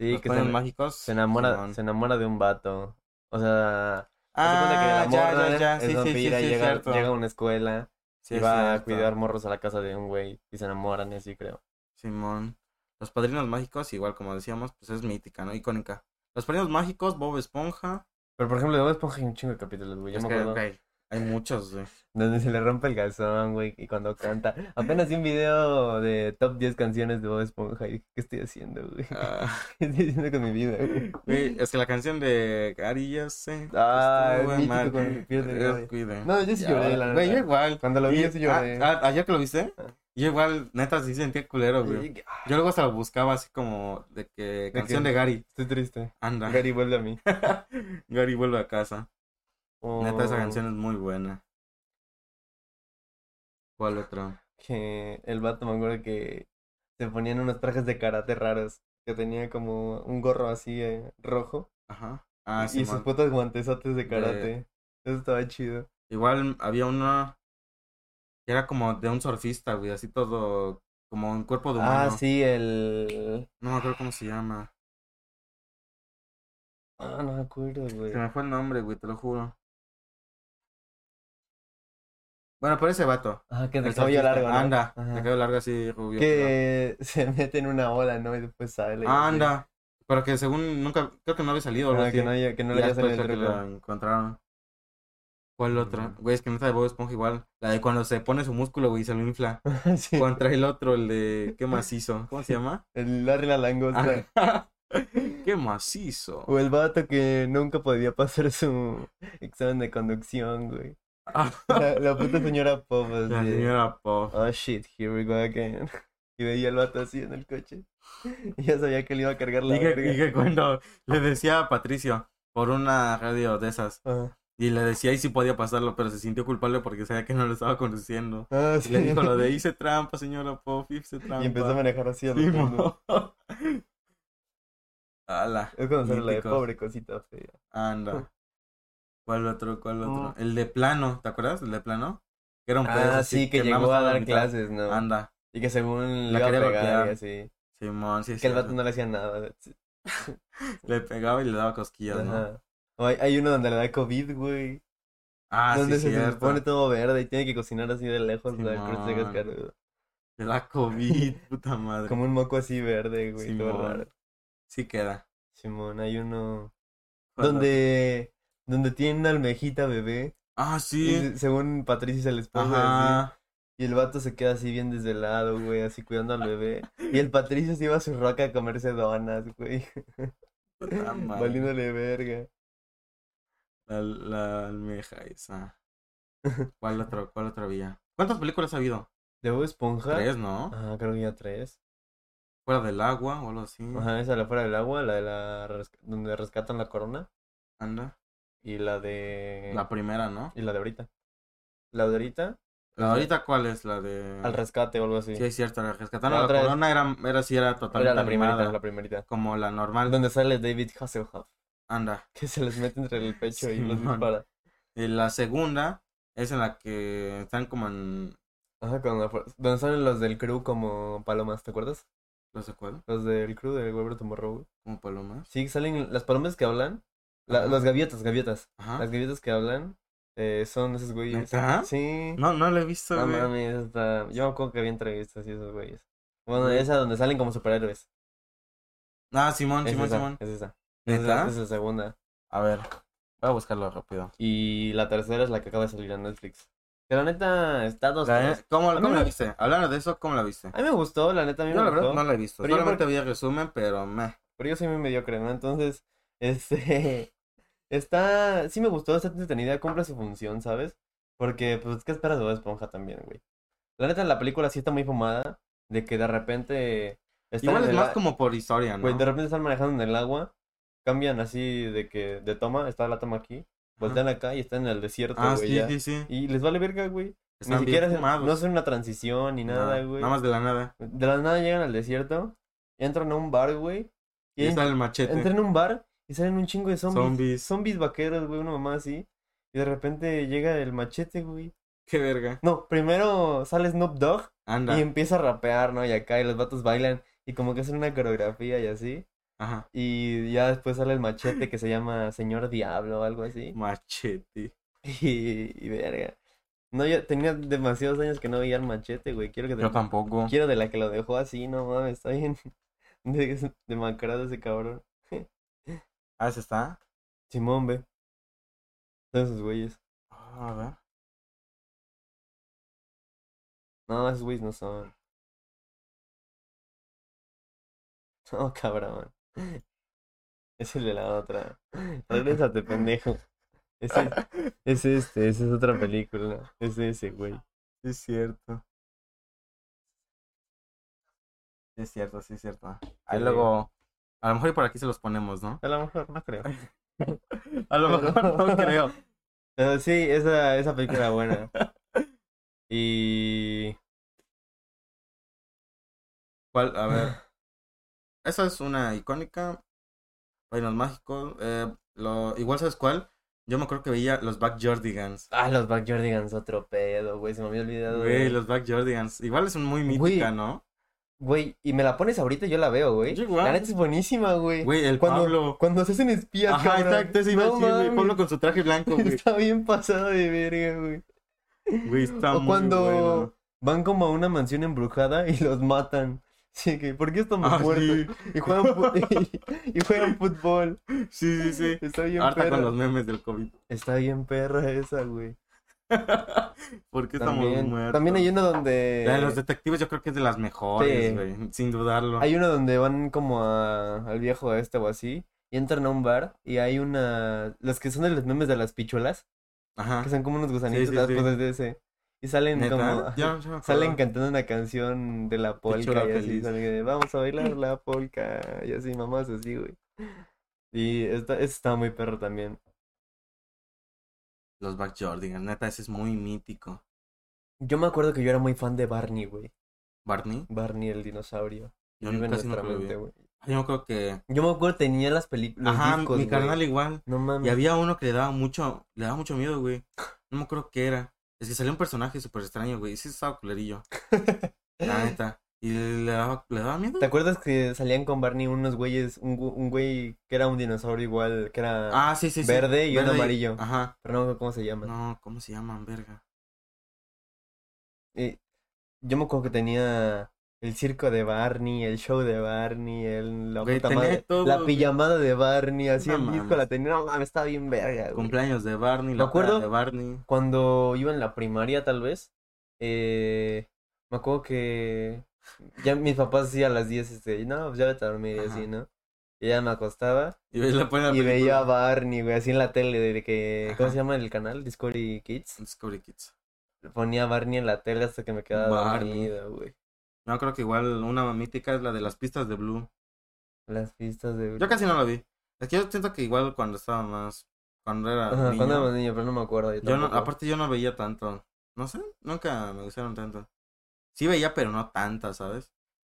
A: Sí,
B: Los
A: que
B: ponen
A: se,
B: mágicos.
A: se enamora,
B: Simón.
A: se enamora de un vato. O sea, haz de cuenta que
B: Ah,
A: la
B: ya,
A: morra
B: ya, ya.
A: es
B: Sí, sí, sí,
A: vampira
B: sí,
A: y
B: es
A: llega,
B: cierto.
A: llega a una escuela
B: Sí,
A: y
B: es
A: va a
B: cierto.
A: cuidar morros a la casa de un güey y se enamoran y así creo.
B: Simón. Los padrinos mágicos, igual como decíamos, pues es mítica, ¿no? Icónica. Los padrinos mágicos, Bob Esponja.
A: Pero por ejemplo, de Bob Esponja hay un chingo de capítulos, güey. Yo
B: Es
A: me
B: que,
A: acuerdo.
B: ok, hay muchos, güey.
A: Donde se le rompe el calzón, güey, y cuando canta. Apenas vi un video de top 10 canciones de Bob Esponja. Y dije, ¿qué estoy haciendo, güey?
B: Ah,
A: ¿Qué estoy haciendo con mi vida, güey?
B: güey, es que la canción de Cari, yo sé. que
A: Ah,
B: estuve
A: mítico
B: mal,
A: cuando se pierde el
B: Dios
A: novio.
B: cuide.
A: No, yo sí lloré,
B: Ya,
A: la
B: Güey, yo
A: neta.
B: igual.
A: Cuando lo vi,
B: Y-
A: yo sí lloré.
B: ah, ah, ¿Ayer que lo viste?
A: Ah.
B: Yo igual, neta, sí sentía culero, güey.
A: Y- ah,
B: Yo luego hasta lo buscaba así como de que canción
A: que-
B: de Gary.
A: Estoy triste.
B: Anda.
A: Gary, vuelve a mí.
B: Gary vuelve a casa. Neta, esa
A: O
B: canción es muy buena. ¿Cuál otra?
A: Que el vato me acuerdo que se ponían unos trajes de karate raros. Que tenía como un gorro así eh, rojo.
B: Ajá. Ah,
A: y sus
B: Simón.
A: putas guantesotes de
B: De-
A: karate. Eso estaba chido.
B: Igual había una que era como de un surfista, güey, así todo como un cuerpo de
A: Ah,
B: humano.
A: sí, el.
B: No me acuerdo cómo se llama.
A: Ah, no me acuerdo, güey.
B: Se me fue el nombre, güey, te lo juro. Bueno, pero ese vato.
A: Ah, que de
B: el
A: cabello
B: surfista.
A: largo, ¿no?
B: Anda,
A: Ajá.
B: de cabello largo así, rubio.
A: Que se mete en una ola, ¿no? Y después sale.
B: pero- Ah, Anda. Pero que según nunca, creo que no había salido. o algo
A: Ajá, que
B: así.
A: no, haya- que no
B: Y
A: le
B: ya
A: haya salido
B: después
A: el
B: creo que
A: truco.
B: la encontraron. ¿Cuál otra?
A: Ujú.
B: Güey, es que neta de Bob Esponja igual. La de cuando se pone su músculo, güey, y se lo infla.
A: Sí,
B: Contra el otro, el de... ¿Qué macizo? ¿Cómo se llama?
A: el Larry la langosta.
B: Ajá. ¡Qué macizo!
A: O el vato que nunca podía pasar su examen de conducción, güey.
B: Ah,
A: La, la puta señora Pop, así.
B: La
A: de,
B: señora Puff.
A: Oh shit, here we go again. Y veía al vato así en el coche. Y ya sabía que le iba a cargar la
B: Y que,
A: verga.
B: y que cuando le decía a Patricio por una radio de esas,
A: Ah,
B: y le decía y sí podía pasarlo, pero se sintió culpable porque sabía que no lo estaba conduciendo.
A: ah,
B: Y
A: sí.
B: le dijo lo de hice trampa, señora Puff, hice trampa.
A: Y empezó a manejar así a lo
B: Sí,
A: pendejo.
B: mo. Ala,
A: Es cuando sale la de
B: míticos. Ah,
A: pobre cosita fea.
B: Anda. ¿Cuál otro? ¿Cuál otro?
A: Mm.
B: El de plano, ¿te acuerdas? El de plano. Que era un pedazo
A: Ah,
B: así
A: sí, que
B: nada
A: llegó
B: más
A: a
B: estaba
A: dar
B: mitad.
A: clases, ¿no?
B: Anda.
A: Y que según le
B: La
A: iba a
B: quería
A: pegar y
B: golpear.
A: así.
B: Simón, sí,
A: Que el
B: sí,
A: vato no le hacía nada.
B: Le pegaba y le daba cosquillas, ¿no?
A: Ajá. O Hay, hay uno donde le da COVID, güey.
B: Ah,
A: donde
B: sí,
A: se, se
B: cierto.
A: pone todo verde y tiene que cocinar así de lejos la cruz de
B: Simón.
A: cascarudo.
B: Le da COVID, puta madre.
A: Como un moco así verde, güey. Todo
B: Simón.
A: raro.
B: Sí queda.
A: Simón, hay uno.
B: ¿Cuál
A: Donde. Donde tiene una almejita bebé.
B: Ah,
A: Y
B: sí.
A: se- según Patricia se les pone así.
B: Ajá.
A: Y el vato se queda así bien desde el lado, güey, así cuidando al bebé. Y el Patricio se iba a su roca a comerse donas, güey.
B: Puta madre.
A: Valiéndole verga.
B: La, la almeja esa. ¿Cuál otro? ¿Cuál otro había? ¿Cuántas películas ha habido?
A: De Bob Esponja.
B: Tres, ¿no?
A: Ah, creo que ya tres.
B: Fuera del agua o algo así.
A: Ajá, esa la fuera del agua, la de la resc- donde rescatan la corona.
B: Anda.
A: Y la de.
B: La primera, ¿no?
A: Y la de ahorita. La de ahorita,
B: ¿La de ahorita cuál es? La de.
A: al rescate o algo así.
B: Sí, es cierto, la rescataron
A: La
B: la,
A: otra es-
B: corona, era, era sí, era totalmente
A: Era la primerita,
B: animada,
A: la primerita.
B: como la normal.
A: Donde sale David Hasselhoff,
B: Anda.
A: que se les mete entre el pecho y los
B: Simón.
A: dispara.
B: Y la segunda es en la que están como en.
A: Ajá, con la fuer- donde salen los del crew como palomas, ¿te acuerdas?
B: No sé cuál,
A: Los del crew de Weber Tomorrow. güey.
B: como palomas.
A: Sí, salen las palomas que hablan. la-
B: Ajá.
A: las gaviotas, gaviotas.
B: Ajá.
A: Las gaviotas que hablan eh, son esos güeyes.
B: ¿Neta?
A: Sí.
B: No, no la he visto,
A: Ah, No
B: güey.
A: mames, hasta- yo me acuerdo que había entrevistas y esos güeyes. Bueno,
B: Güey.
A: esa donde salen como superhéroes.
B: Ah, Simón,
A: Es
B: Simón,
A: esa,
B: Simón.
A: es esa. Es la,
B: ¿Neta?
A: es la segunda.
B: A ver, voy a buscarlo rápido.
A: Y la tercera es la que acaba de salir en Netflix. Que la neta está dos.
B: La-
A: tres.
B: ¿Cómo,
A: mí
B: cómo
A: me-
B: la viste? Hablando de eso, ¿cómo la viste?
A: A mí me gustó, la neta a mí
B: Yo
A: me
B: la verdad
A: gustó.
B: no la he visto.
A: Pero yo
B: Solamente vi el resumen, pero meh.
A: Pero yo soy muy mediocre, ¿no? Entonces, este. Está. Sí me gustó, está entretenida, cumple su función, ¿sabes? Porque, pues, ¿qué esperas de Bob Esponja también, güey? La neta, la película sí está muy fumada. De que de repente. están
B: Igual
A: en
B: es
A: el
B: más
A: a-
B: como por historia, ¿no?
A: Güey, de repente están manejando en el agua, cambian así de que de toma, está la toma aquí, voltean acá y están en el desierto,
B: Ah,
A: güey.
B: sí,
A: ya.
B: sí, sí.
A: Y les vale verga, güey. Ni
B: Están bien
A: siquiera hacen-
B: fumados.
A: no hacen una transición ni nada, güey.
B: Nada más de la nada.
A: De la nada llegan al desierto, entran a un bar, güey.
B: Y
A: Y
B: está el machete.
A: entran a un bar y salen un chingo de zombies.
B: Zombies.
A: Zombies vaqueros, güey, una mamá así. Y de repente llega el machete, güey.
B: Qué verga.
A: No, primero sale Snoop Dogg
B: Anda.
A: y empieza a rapear, ¿no? Y acá, y los vatos bailan y como que hacen una coreografía y así.
B: Ajá.
A: Y ya después sale el machete que se llama Señor Diablo o algo así.
B: Machete.
A: Y, y verga. No, yo tenía demasiados años que no veía el machete, güey. Quiero que te-
B: Yo tampoco.
A: quiero de la que lo dejó así, no mames, está bien de- demacrado ese cabrón.
B: Ah, ¿se está?
A: Simón, ve. Todos esos güeyes.
B: Ah, a ver.
A: No, esos güeyes no son. No, cabrón. Es el de la otra. Regrésate, pendejo. Ese, es este, esa es otra película. Es ese, güey.
B: Es cierto. Sí, es cierto, sí, es cierto. Ahí
A: Sí.
B: luego. A lo mejor y por aquí se los ponemos, ¿no?
A: A lo mejor, no creo.
B: A lo mejor no creo.
A: Pero sí, esa, esa película era buena. Y.
B: ¿Cuál? A ver. Esa es una icónica. Reinos Mágicos. eh, lo... Igual, ¿sabes cuál? Yo me acuerdo que veía los Back Jordigans.
A: Ah, los Backyardigans, otro pedo, güey. Se me había olvidado.
B: Güey,
A: de-
B: los Back Jordigans. Igual es un muy
A: Güey.
B: mítica, ¿no?
A: Güey, y me la pones ahorita y yo la veo, güey.
B: Yo igual.
A: La neta es buenísima, güey.
B: Güey, el
A: eh, Cuando,
B: Pablo.
A: cuando se hacen espías,
B: Ajá,
A: cabrón.
B: exacto, ese iba a
A: No
B: decir, güey.
A: mames,
B: Pablo con su traje blanco, güey.
A: Está bien pasado de verga, güey.
B: Güey, está
A: O
B: muy
A: cuando
B: bueno.
A: van como a una mansión embrujada y los matan. Sí, que, ¿por qué estamos
B: Ah,
A: muertos?
B: sí.
A: Y, juegan fu- y, juegan fútbol.
B: Sí, sí, sí.
A: Está bien
B: Harta
A: perra.
B: con los memes del COVID.
A: Está bien perra esa, güey.
B: ¿Por qué estamos
A: También,
B: muertos?
A: también hay una donde.
B: La de los detectives yo creo que es de las mejores,
A: Sí.
B: güey. Sin dudarlo.
A: Hay uno donde van como a- al viejo este o así. Y entran a un bar y hay una. Los que son de los memes de las pichulas.
B: Ajá.
A: Que son como unos gusanitos.
B: sí,
A: las
B: sí.
A: cosas de ese. Y salen como.
B: ¿Neta? Ya, ya
A: Salen
B: me acordaba.
A: cantando una canción de la polca
B: Pichula
A: y así,
B: feliz.
A: salen de, vamos a bailar la polca y así, mamás así, güey. Y esta, esta está muy perro también.
B: Los Back Jordigans, neta, ese es muy mítico.
A: Yo me acuerdo que yo era muy fan de Barney, güey.
B: Barney,
A: Barney el dinosaurio.
B: yo
A: Vive en
B: casi
A: nuestra
B: nunca lo vi.
A: mente, güey.
B: Yo creo que.
A: Yo me acuerdo tenía las películas.
B: Ajá, mi carnal igual.
A: No mames.
B: Y había uno que le daba mucho, le daba mucho miedo, güey. No me acuerdo qué era. Es que salió un personaje súper extraño, güey. Sí estaba culerillo. La neta. Y le daba, le daba miedo.
A: ¿Te acuerdas que salían con Barney unos güeyes, un, gu- un güey que era un dinosaurio igual, que era
B: Ah, sí, sí, sí.
A: verde y uno
B: Verde
A: amarillo?
B: Ajá.
A: Pero no me acuerdo cómo se llama.
B: No, ¿cómo se llaman, verga?
A: Eh, yo me acuerdo que tenía el circo de Barney, el show de Barney, el, la,
B: Güey,
A: puta
B: tenía
A: madre-
B: todo,
A: la
B: güey.
A: pijamada de Barney, así
B: No
A: el disco
B: mames.
A: la tenía. No mames, estaba bien verga, güey.
B: Cumpleaños de Barney,
A: Me
B: la peda
A: acuerdo.
B: de Barney.
A: Cuando iba en la primaria, tal vez, eh, me acuerdo que ya mis papás sí a las 10, este, no, pues ya vete a dormir y así,
B: Ajá.
A: ¿no? Y ya me acostaba
B: Y veía la
A: y
B: buena
A: veía
B: película.
A: a Barney, güey, así en la tele, de que, ¿cómo
B: Ajá.
A: se llama el canal? Discovery Kids.
B: Discovery Kids.
A: Ponía a Barney en la tele hasta que me quedaba
B: Barney.
A: dormido, güey.
B: No, creo que igual una mítica es la de las pistas de Blue.
A: Las pistas de...
B: Yo casi no la vi. Es que yo siento que igual cuando estaba más. Cuando era
A: Ajá,
B: niño.
A: cuando era más niño, pero no me acuerdo. Yo,
B: Yo no,
A: tampoco.
B: aparte yo no veía tanto. No sé, nunca me gustaron tanto. Sí veía, pero no tantas, ¿sabes?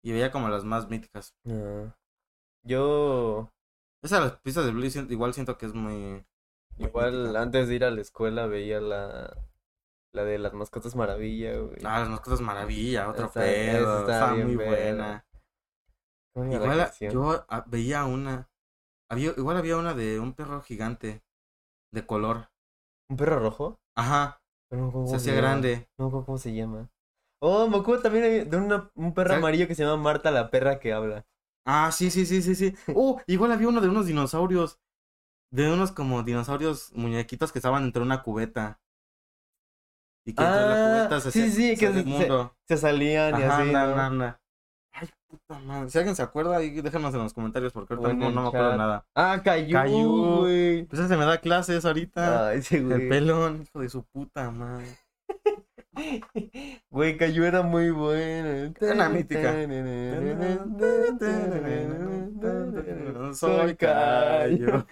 B: Y veía como las más míticas.
A: No. Yo,
B: Esa de las pistas de Blue sien- igual siento que es muy... muy
A: igual,
B: mítica.
A: antes de ir a la escuela veía la, la de las mascotas maravilla, güey.
B: Ah, las cosas maravilla, otro
A: Esa- esa
B: pedo.
A: está
B: Estaba
A: bien
B: muy
A: verga.
B: buena.
A: ¿Cómo era la
B: Igual
A: canción?
B: yo ah, veía una... Había, igual había una de un perro gigante. De color.
A: ¿Un perro rojo?
B: Ajá.
A: Pero no me acuerdo
B: Se
A: cómo
B: hacía
A: llama.
B: grande.
A: No me acuerdo cómo se llama. Oh, me acuerdo también hay- de una- un perro
B: ¿Sabes?
A: amarillo que se llama Marta la perra que habla.
B: Ah, sí, sí, sí, sí, sí. Oh, igual había uno de unos dinosaurios. De unos como dinosaurios muñequitos que estaban entre una cubeta. Y que entre
A: Ah,
B: la cubeta se
A: sí,
B: hacía-
A: sí,
B: se
A: que
B: hacía
A: se-
B: mundo.
A: Se salían y
B: Ajá,
A: así,
B: na,
A: ¿no?
B: na, na. Ay, puta madre. Si alguien se acuerda, ahí déjanos en los comentarios porque ahorita
A: O en
B: mismo
A: el
B: no me acuerdo de
A: chat.
B: nada.
A: Ah, cayó,
B: Cayú.
A: güey.
B: Pues se me da clases ahorita.
A: Ay, sí,
B: Ah, el
A: güey.
B: pelón, hijo de su puta madre.
A: Güey, Cayú era muy bueno.
B: Una mítica. Soy Cayo. No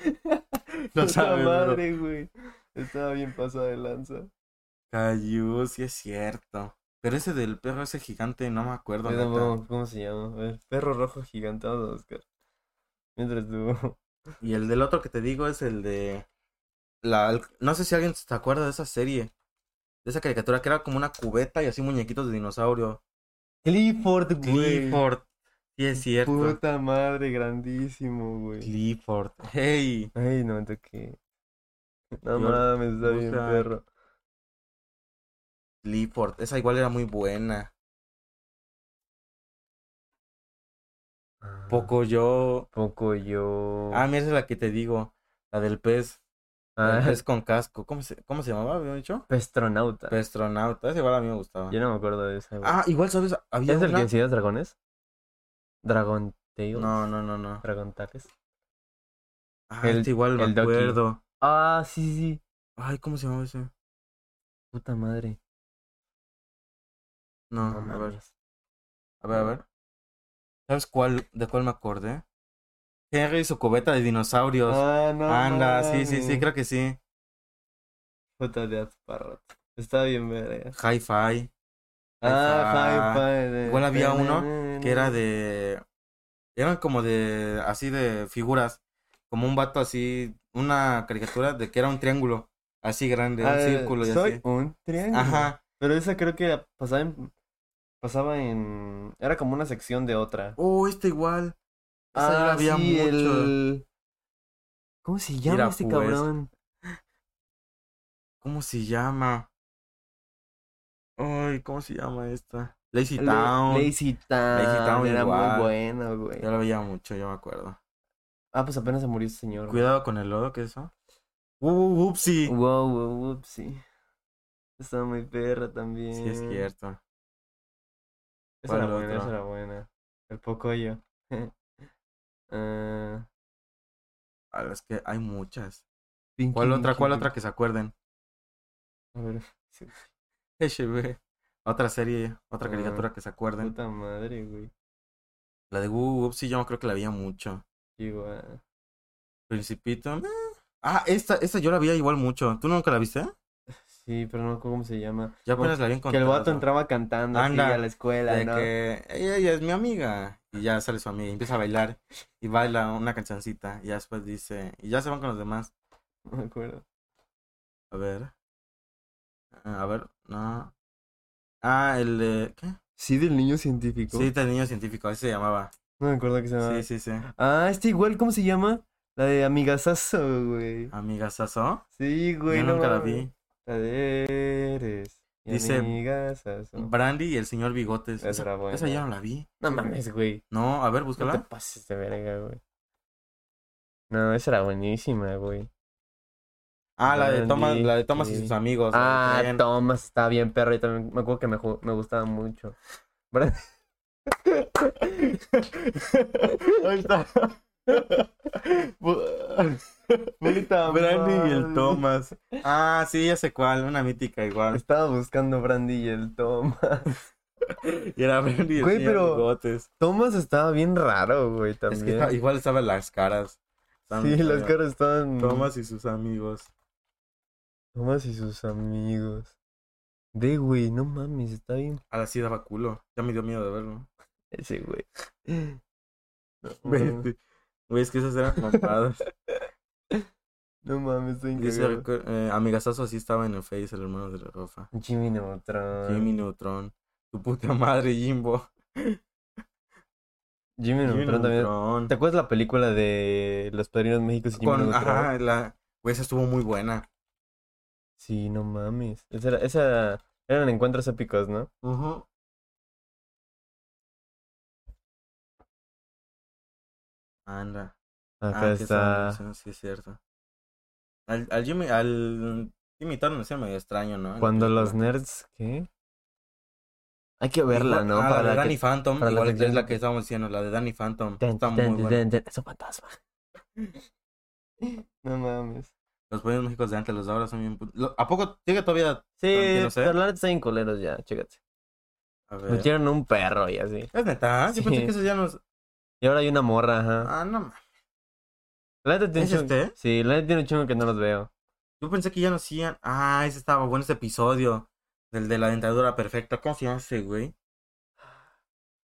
A: Puta
B: sabes, bro.
A: madre, güey. Estaba bien pasada de lanza.
B: Cayu, sí es cierto. Pero ese del perro, ese gigante, no me acuerdo.
A: Yo
B: neta.
A: tampoco, ¿cómo se llama? A ver, perro rojo gigante, vamos a buscar. Mientras tú.
B: Y el del otro que te digo es el de. La, no sé si alguien se acuerda de esa serie. De esa caricatura que era como una cubeta y así muñequitos de dinosaurio.
A: Clifford, güey.
B: Clifford. Sí, es cierto.
A: Puta madre, grandísimo, güey.
B: Clifford. Hey.
A: Ay, no me toqué. No
B: Yo-
A: mames, está bien,
B: busca-
A: perro.
B: Clifford. Esa igual era muy buena. Poco yo.
A: Poco yo.
B: Ah, mira, esa es la que te digo. La del pez. La del
A: Ah,
B: pez con casco. ¿Cómo se, cómo se llamaba? ¿Habían dicho?
A: Pestronauta.
B: Pestronauta. Esa igual a mí me gustaba.
A: Ah. Yo no me acuerdo de esa, güey.
B: Ah, igual, ¿sabes? Había
A: ¿Es el
B: una-
A: que enseña dragones? Dragon Tales.
B: No, no, no, no.
A: Dragon Tales.
B: Ah,
A: El-
B: este igual me
A: el Ducky.
B: acuerdo.
A: Ah, sí, sí, sí.
B: Ay, ¿cómo se llamaba ese?
A: Puta madre.
B: No,
A: No
B: a ver,
A: mames.
B: a ver, a ver. ¿Sabes cuál, de cuál me acordé? Henry y su cubeta de dinosaurios.
A: Ah, no.
B: Anda, sí, sí, sí,
A: mames.
B: creo que sí.
A: Puta de Azparrot. Está bien verga.
B: Hi-Fi,
A: Ah, eh. hi
B: Hi-Fi.
A: fi.
B: Igual había uno que era de... Eran como de... así de figuras. Como un vato así, una caricatura de que era un triángulo. Así grande, un círculo y
A: Ah, Soy
B: así.
A: un triángulo.
B: Ajá.
A: Pero esa creo que la pasaba en... Pasaba en... Era como una sección de otra. Ah,
B: Oh, este igual. Esa yo la había
A: sí,
B: mucho.
A: el- ¿Cómo se llama
B: Mira,
A: este
B: pues.
A: cabrón?
B: ¿Cómo se llama? Ay, ¿cómo se llama esta? Lazy
A: Le-
B: Town.
A: Lazy Town.
B: Lazy Town
A: Era
B: igual.
A: muy bueno, güey.
B: Yo la veía mucho, yo me acuerdo.
A: Ah, pues apenas se murió ese señor.
B: Cuidado con el lodo, ¿qué es eso? Uh, upsi.
A: Wow, wow, wow, sí. Estaba muy perra también.
B: Sí, es cierto.
A: Esa era
B: ¿Cuál
A: buena,
B: otro?
A: esa era buena. El Pocoyo. Ah,
B: Ah, es que hay muchas.
A: Pinky
B: ¿Cuál otra,
A: Dinky
B: cuál
A: Doo.
B: otra que se acuerden?
A: A ver, sí,
B: Eche, güey. Otra serie, otra
A: Ah,
B: caricatura que se acuerden.
A: puta madre, güey.
B: La de uh, upsi, yo me creo que la veía mucho.
A: Igual.
B: Principito. meh. Ah, esta, esta yo la veía igual mucho. ¿Tú nunca la viste?
A: Sí, pero no me acuerdo cómo se llama.
B: Yo apenas la había
A: Que
B: encontrado.
A: el vato entraba cantando así
B: Anda,
A: a la escuela,
B: De
A: ¿no?
B: que ella, ella es mi amiga. Y ya sale su amiga y empieza a bailar. Y baila una cancioncita. Y ya después dice. Y ya se van con los demás.
A: No me acuerdo.
B: A ver. Ah, A ver, no. Ah, el de. ¿Qué?
A: Sí, del niño científico.
B: Sí, el niño científico, así se llamaba.
A: No me acuerdo qué se llamaba.
B: Sí, sí, sí.
A: Ah, este igual, ¿cómo se llama? La de Amigasazo, güey.
B: Amiga Saso.
A: Sí, güey.
B: Yo
A: no
B: nunca la
A: mames.
B: vi.
A: La de eres. mi
B: Dice-
A: Amigasazo.
B: Brandy y el señor Bigotes.
A: Esa era buena.
B: esa yo no la vi.
A: No mames, güey.
B: No, a ver,
A: No te
B: búscala.
A: pases de verga, güey. No, esa era buenísima, güey.
B: Ah, la de
A: Brandy,
B: Thomas, la de Thomas y
A: sí.
B: sus amigos. la
A: Ah,
B: del tren.
A: Thomas estaba bien perro y también me acuerdo que me, ju- me gustaba mucho. Bra-
B: Ahí está.
A: Puta
B: Brandy y el
A: madre.
B: Thomas. Ah, sí, ya sé cuál, una mítica igual.
A: Estaba buscando Brandy y el Thomas.
B: Y era Brandy y el
A: Güey,
B: señor
A: pero-
B: Bigotes.
A: Thomas estaba bien raro, güey,
B: Es que
A: también.
B: esta- igual estaban las caras. Estaban
A: Sí,
B: bien
A: las
B: raras.
A: caras estaban...
B: Thomas y sus amigos.
A: Thomas y sus amigos. De, güey, no mames, está bien.
B: A la sí daba culo. Ya me dio miedo de verlo.
A: Ese, güey. No, mames,
B: Vete. Güey, es que esas eran mamadas.
A: no mames, estoy
B: Dice,
A: increíble.
B: recu- eh, amigazazo así estaba en el Face, el hermano de la Rafa.
A: Jimmy Neutron.
B: Jimmy Neutron. Tu puta madre, Jimbo.
A: Jimmy Neutron también.
B: Neutron.
A: ¿Te acuerdas la película de Los Padrinos México y Jimmy
B: Con,
A: Neutron?
B: ajá, la... Güey, esa estuvo muy buena.
A: Sí, no mames. Esa, era- esa eran encuentros épicos, ¿no?
B: Anda.
A: Acá
B: Ah, que esa
A: está
B: animación, Sí, es cierto. Al, al Jimmy, al Jimmy Neutron no sé, medio extraño, ¿no? En la
A: cuando los
B: película.
A: nerds, ¿qué? Hay que verla,
B: Igual-
A: ¿no?
B: Ah, la de
A: que-
B: Danny Phantom,
A: para la
B: igual
A: sección.
B: es la que estábamos diciendo, la de Danny Phantom.
A: Ten,
B: está
A: ten,
B: muy buena.
A: ten, ten, es un fantasma. No mames.
B: Los buenos Méxicos de antes, los de ahora son bien... put- lo- ¿A poco sigue todavía?
A: Sí,
B: Tranquilo, ¿sí?
A: pero la neta están bien culeros ya, chécate.
B: A ver.
A: Metieron un perro y así.
B: ¿Es neta? ah, Yo
A: Pues Sí.
B: pensé que esos ya nos...
A: Y ahora hay una morra, ajá.
B: Ah, no mames.
A: La neta tiene
B: ¿Es
A: un chingo-
B: este?
A: Sí, la neta tiene un chingo que no los veo.
B: Yo pensé que ya no hacían... Ah, ese estaba bueno, ese episodio. Del de la dentadura perfecta. ¿Cómo se llama ese, güey?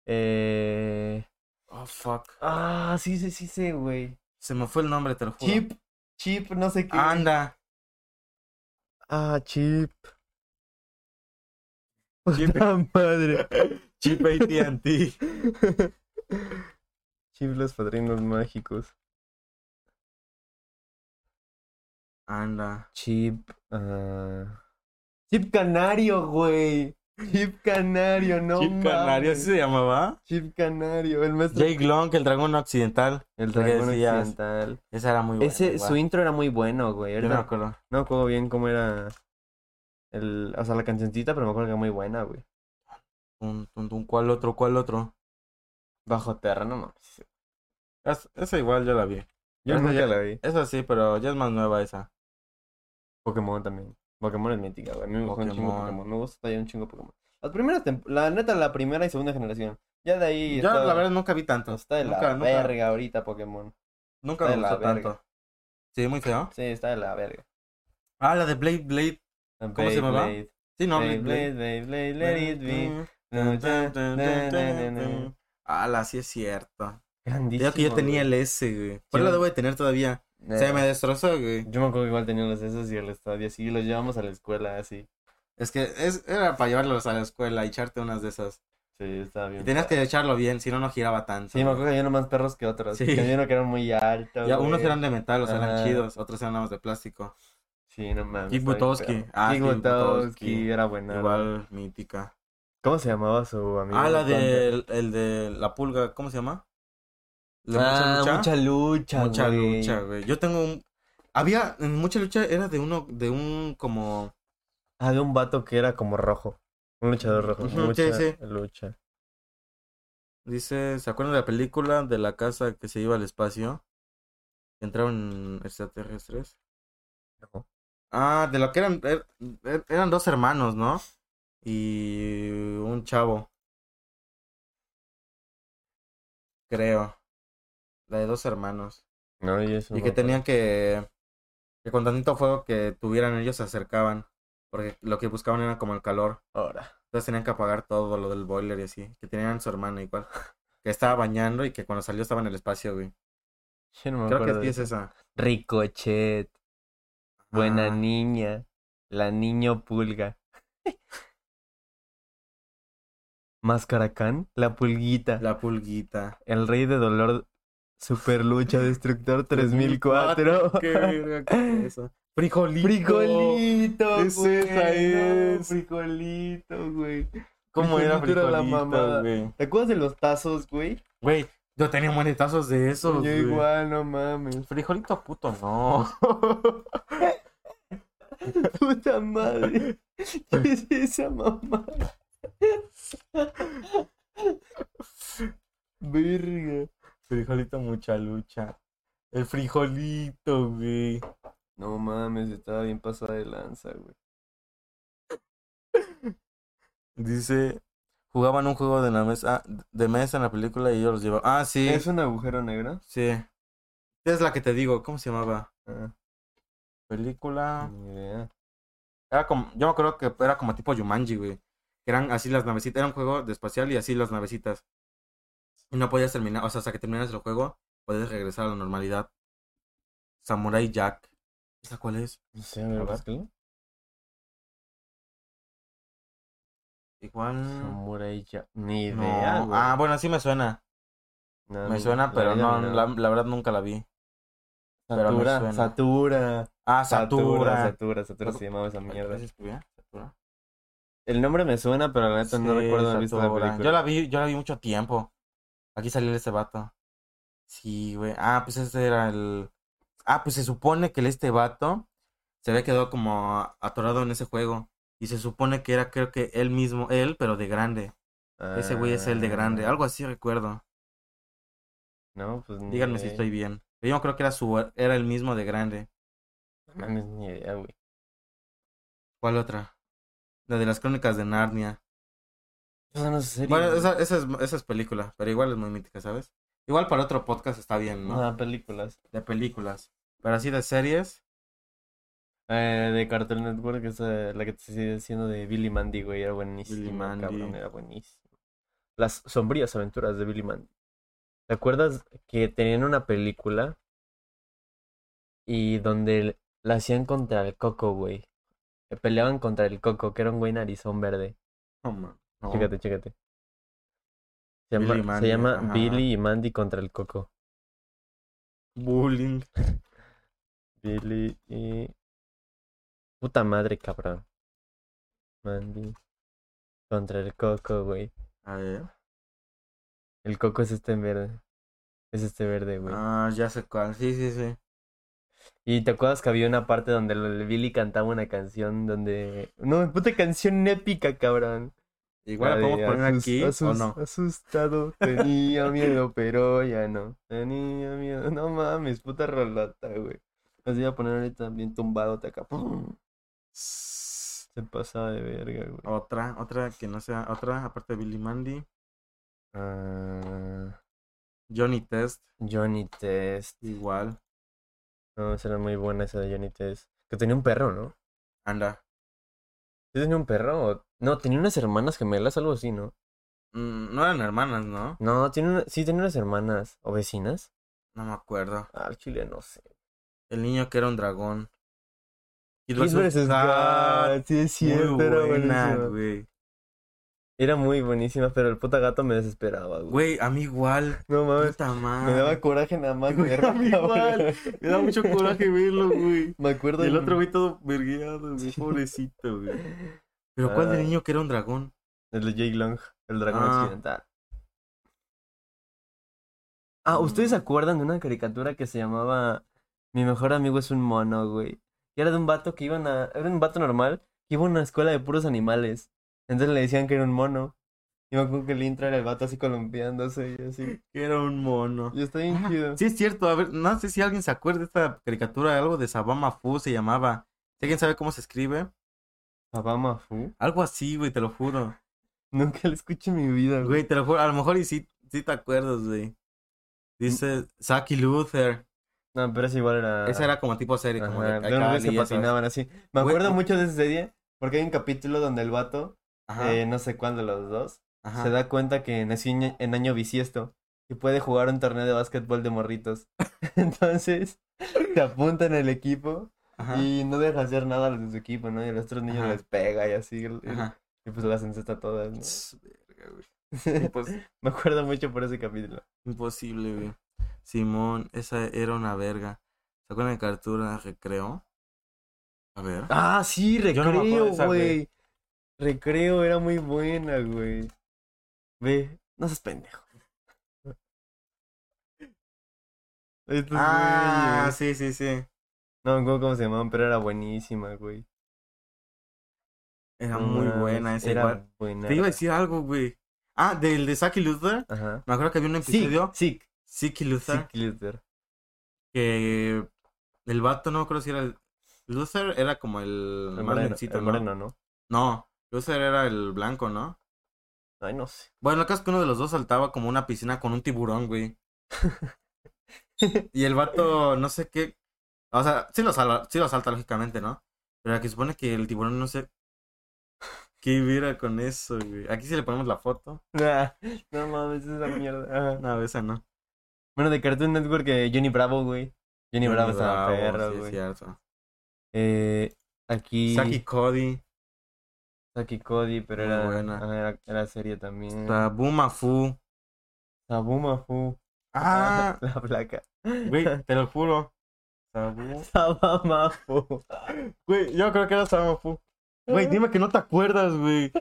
A: Eh...
B: Oh, fuck.
A: Ah, sí, sí, sí, sí, güey.
B: Se me fue el nombre, te lo juro.
A: Chip, chip, no sé qué.
B: Anda.
A: Ah, chip.
B: Chip.
A: Puta madre.
B: Chip eh. AT&T.
A: Chip los padrinos mágicos.
B: Anda.
A: Chip. ah, Chip canario, güey. Chip canario, no
B: Chip Canario, ¿sí
A: mames.
B: se llamaba?
A: Chip canario, el maestro.
B: Jake Long, el dragón occidental.
A: El
B: que
A: dragón
B: decías.
A: occidental.
B: Esa era muy buena.
A: Ese,
B: igual.
A: su intro era muy bueno, güey.
B: Yo
A: Ahorita
B: no me acuerdo.
A: no me acuerdo bien cómo era. El, o sea, la cancioncita, pero me acuerdo que era muy buena, güey.
B: Un, un, un, ¿Cuál otro? ¿Cuál otro?
A: Bajo terra, no mames.
B: Es- esa igual yo la vi.
A: Yo
B: Esa
A: nunca
B: ya-
A: la vi.
B: Esa sí, pero ya es más nueva esa.
A: Pokémon también. Pokémon es mítica, güey. A mí me gusta un chingo
B: Pokémon.
A: Pokémon. Me gusta todavía un chingo Pokémon. Las primeras, tem- la neta, la primera y segunda generación. Ya de ahí.
B: yo
A: está-
B: la verdad nunca vi tanto.
A: Está de la
B: nunca, nunca,
A: verga ahorita Pokémon. está
B: nunca me
A: de la
B: gustó
A: verga.
B: tanto. Sí, muy feo.
A: Sí, está de la verga.
B: Ah, la de Blade Blade. ¿Cómo se llamaba?
A: Beyblade,
B: Sí, no, Blade
A: Beyblade,
B: Blade.
A: Beyblade, let it be. No, ya, na, na, na, na.
B: Ah, la sí es cierto.
A: Grandísimo.
B: Yo que yo tenía
A: güey.
B: el S, güey.
A: Sí, Eh.
B: ¿Por la
A: no.
B: debo de tener todavía?
A: Nah.
B: Se me destrozó, güey.
A: Yo me acuerdo que igual tenía los esos y el estadio así. Los llevamos a la escuela así.
B: Es que es, era para llevarlos a la escuela y echarte unas de esas.
A: Sí, estaba bien.
B: Y tenías
A: padre.
B: que echarlo bien, si no, no giraba tanto.
A: Sí, me acuerdo que había unos más perros que otros.
B: Sí.
A: Sí. Había uno que eran muy altos.
B: Ya, unos
A: güey.
B: eran de metal, o sea, eran
A: Ajá.
B: chidos, otros eran nada más de plástico.
A: Sí, no mames.
B: Kick
A: está bien
B: Buttowski.
A: perro.
B: Ah,
A: Kick
B: Kick Buttowski.
A: Buttowski, era buena.
B: Igual mítica.
A: ¿Cómo se llamaba su amigo?
B: Ah, la de, el, de la pulga, ¿cómo se llama?
A: Ah,
B: La
A: mucha lucha.
B: Mucha
A: güey.
B: lucha, güey. Yo tengo un... Había, en mucha lucha era de uno, de un como...
A: Había un vato que era como rojo. Un luchador rojo.
B: Ujú, sí,
A: mucha
B: sí.
A: lucha.
B: Dice, ¿se acuerdan de la película de la casa que se iba al espacio? Que entraron extraterrestres.
A: No.
B: Ah, de lo que eran, er- er- eran dos hermanos, ¿no? Y un chavo. Creo. La de dos hermanos.
A: No, y eso.
B: Y
A: no
B: que
A: me acuerdo.
B: tenían que, que con tantito fuego que tuvieran ellos se acercaban. Porque lo que buscaban era como el calor.
A: Ahora.
B: Entonces tenían que apagar todo lo del boiler y así. Que tenían su hermana igual. Que estaba bañando y que cuando salió estaba en el espacio, güey.
A: Yo no me
B: Creo que
A: acuerdo
B: sí
A: de
B: es esa.
A: Ricochet. Buena
B: Ah.
A: niña. La niño pulga. Mascaracán. La pulguita.
B: La pulguita.
A: El rey de dolor. Super lucha destructor 3004.
B: Ah, Qué verga, ¿qué es eso? Frijolito.
A: Frijolito,
B: Es
A: güey,
B: esa,
A: no,
B: es.
A: Frijolito, güey.
B: ¿Cómo era
A: Frijolito era la
B: frijolito,
A: mamada.
B: güey?
A: ¿Te acuerdas de los tazos, güey?
B: Güey, yo tenía monetazos de esos,
A: Yo
B: güey.
A: igual, no mames.
B: Frijolito puto, no.
A: Puta madre. ¿Qué es esa mamá? Verga.
B: Frijolito mucha lucha. El frijolito, güey.
A: No mames, estaba bien pasada de lanza, güey.
B: Dice, jugaban un juego de la mesa, de mesa en la película y yo los llevaba. Ah, sí,
A: ¿Es un agujero negro?
B: sí. Es la que te digo, ¿cómo se llamaba?
A: Ah,
B: Película.
A: ni idea.
B: Era como, yo me acuerdo que era como tipo Jumanji, güey. Que eran así las navecitas, era un juego de espacial y así las navecitas. Y no podías terminar, o sea, hasta que terminas el juego, podías regresar a la normalidad. Samurai Jack. ¿Esa cuál es?
A: No sé, a ver,
B: A ver.
A: búscalo.
B: Igual.
A: Samurai Jack. Ni
B: Mm. no.
A: idea, güey.
B: Ah, bueno, sí me suena.
A: No,
B: Me
A: ni-
B: suena,
A: la
B: pero
A: vida
B: no,
A: ni
B: la,
A: nada.
B: la verdad nunca la vi. pero me
A: Satura,
B: suena.
A: Satura.
B: Ah, Satura.
A: Satura, Satura se llamaba esa
B: Ay,
A: mierda.
B: ¿así se escribía? Satura.
A: El nombre me suena, pero la neta no
B: Sí,
A: recuerdo haber visto la
B: Satura.
A: película.
B: Yo la vi, yo la vi mucho tiempo. Aquí salió este vato. Sí, güey. Ah, pues este era el. Ah, pues se supone que el- este vato se había quedado como atorado en ese juego. Y se supone que era, creo que él mismo, él, pero de grande. Ese güey es el de grande.
A: Ah,
B: Algo así recuerdo.
A: No, pues ni
B: Díganme si
A: idea.
B: estoy bien. Pero yo creo que era su, era el mismo de grande.
A: No mames, ni idea, güey.
B: ¿Cuál otra? La de las crónicas de Narnia.
A: Esa no es serie.
B: Bueno,
A: güey.
B: esa, esa es, esa es película, pero igual es muy mítica, ¿sabes? Igual para otro podcast está bien, ¿no?
A: Ah, películas.
B: De películas. Pero así de series.
A: Eh, de Cartoon Network, esa, la que te estoy diciendo de Billy Mandy, güey, era buenísima,
B: Billy Mandy.
A: cabrón, era buenísima. Las sombrías aventuras de Billy Mandy. ¿Te acuerdas que tenían una película y donde la hacían contra el coco, güey? Eh, Peleaban contra el coco, que era un güey narizón verde.
B: No, man, no.
A: Chécate, chécate. Se
B: Billy
A: llama,
B: y
A: se
B: Mandy,
A: llama
B: ajá.
A: Billy y Mandy contra el coco.
B: Bullying.
A: Billy y... eh, Puta madre, cabrón. Mandy contra el coco, güey.
B: A ver.
A: El coco es este en verde. Es este verde, güey.
B: Ah, ya sé cuál. Sí, sí, sí.
A: Y te acuerdas que había una parte donde el Billy cantaba una canción donde... No, puta canción épica, cabrón.
B: Igual la
A: de
B: podemos poner
A: asus-
B: aquí o
A: asus-
B: no.
A: Asustado, tenía miedo, pero ya no. Tenía miedo. No mames, puta rolata, güey. Las iba a poner ahorita bien tumbado, acá. ¡pum! Se pasaba de verga, güey.
B: Otra, otra que no sea, otra, aparte de Billy Mandy.
A: Ah,
B: Johnny Test,
A: Johnny Test.
B: igual.
A: No, esa era muy buena esa de Johnny Test. Que tenía un perro, ¿no?
B: Anda.
A: ¿Sí tenía un perro? o- No, tenía unas hermanas gemelas, algo así, ¿no?
B: Mm, no eran hermanas, ¿no?
A: No, tiene una- sí tenía unas hermanas o vecinas.
B: No me acuerdo.
A: Ah, al chile, no sé.
B: El niño que era un dragón. Y Ah,
A: Kid vs. Kat, Sí, es cierto,
B: Muy
A: era
B: buena,
A: buenísima.
B: güey.
A: Era muy buenísima, pero el puta gato me desesperaba, güey.
B: Güey, a mí igual.
A: No mames,
B: Puta
A: me daba
B: madre.
A: coraje nada más
B: Güey,
A: verlo,
B: a mí
A: cabrón.
B: igual. Me da mucho coraje verlo, güey.
A: Me acuerdo
B: Y el
A: del-
B: otro güey todo vergueado, güey.
A: Sí.
B: Pobrecito, güey. Pero ¿cuál del
A: Ay.
B: niño que era un dragón?
A: El de Jake Long, el dragón
B: Ah.
A: occidental. Ah,
B: Mm.
A: ¿ustedes se acuerdan de una caricatura que se llamaba Mi mejor amigo es un mono, güey? Que era de un vato que iban a... Era un vato normal que iba a una escuela de puros animales. Entonces le decían que era un mono. Y me acuerdo que el intro era el vato así columpiándose y así.
B: Que era un mono.
A: Y está bien
B: Ah,
A: chido.
B: Sí, es cierto. A ver, no sé si alguien se acuerda de esta caricatura. Algo de Sabama Fu se llamaba. Si alguien sabe cómo se escribe.
A: Papá Mafu.
B: Algo así, güey, te lo juro.
A: Nunca lo escuché en mi vida, güey.
B: Güey, te lo juro, a lo mejor y sí, sí te acuerdas, güey. Dice Saki Luther.
A: No, pero ese igual era...
B: Esa era como tipo serie, como
A: Ajá,
B: Ah. de
A: de unos güeyes
B: Cali,
A: que
B: ya sabes.
A: patinaban así. Me
B: Güey,
A: acuerdo
B: u-
A: mucho de ese día Porque hay un capítulo donde el vato,
B: Ajá.
A: eh, no sé cuál de los dos,
B: ajá.
A: se da cuenta que nació en, en año bisiesto y puede jugar un torneo de básquetbol de morritos. Entonces, se apunta en el equipo
B: Ajá.
A: y no deja hacer nada a los de su equipo, ¿no? Y a los otros niños
B: Ajá.
A: les pega y así. y-
B: Ajá.
A: Y pues las encesta todas, ¿no?
B: Tss, verga, güey.
A: pues.
B: Impos-
A: Me acuerdo mucho por ese capítulo.
B: imposible, güey. Simón, esa era una verga. ¿Se acuerdan de Cartura Recreo? A ver.
A: Ah, sí,
B: Yo no me acuerdo de
A: recreo,
B: esa, güey.
A: güey. Recreo era muy buena, güey. Ve, no seas pendejo. Estos
B: Ah,
A: güeyes.
B: sí, sí, sí.
A: No me acuerdo cómo se llamaban, pero era buenísima, güey.
B: Era
A: No
B: muy
A: mames,
B: buena esa
A: era
B: igual.
A: buena.
B: Te iba a decir algo, güey. Ah, del de Saki Luther.
A: Ajá.
B: Me acuerdo que había un
A: Sí,
B: episodio,
A: sí,
B: Siki Luther,
A: sí, Luther.
B: que el vato, no creo si era el... Luther era como el,
A: El
B: más
A: moreno,
B: lencito,
A: el
B: ¿no?
A: moreno, ¿no?
B: No, Luther era el blanco, ¿no?
A: Ay, no sé.
B: Bueno, el caso es que uno de los dos saltaba como una piscina con un tiburón, güey. y el vato, no sé qué. O sea, sí lo, salva, sí lo salta, lógicamente, ¿no? Pero aquí supone que el tiburón no sé. ¿Qué hubiera con eso, güey? Aquí sí le ponemos la foto.
A: Nah, no mames, esa mierda. Ajá.
B: No, esa no.
A: Bueno, de Cartoon Network, eh, Johnny Bravo, güey. Johnny Bravo estaba
B: Bravo,
A: perro,
B: sí, es
A: güey.
B: cierto.
A: Eh, aquí
B: Saki
A: Saki,
B: Cody.
A: Cody, pero
B: Muy
A: era,
B: buena.
A: ajá, era, era serie también.
B: Está Bumafu.
A: Sabumafu.
B: Ah,
A: La placa.
B: güey, te lo juro. Sabu-
A: Sabamafu.
B: Güey, yo creo que era Sabumafu. Güey, dime que no te acuerdas, güey.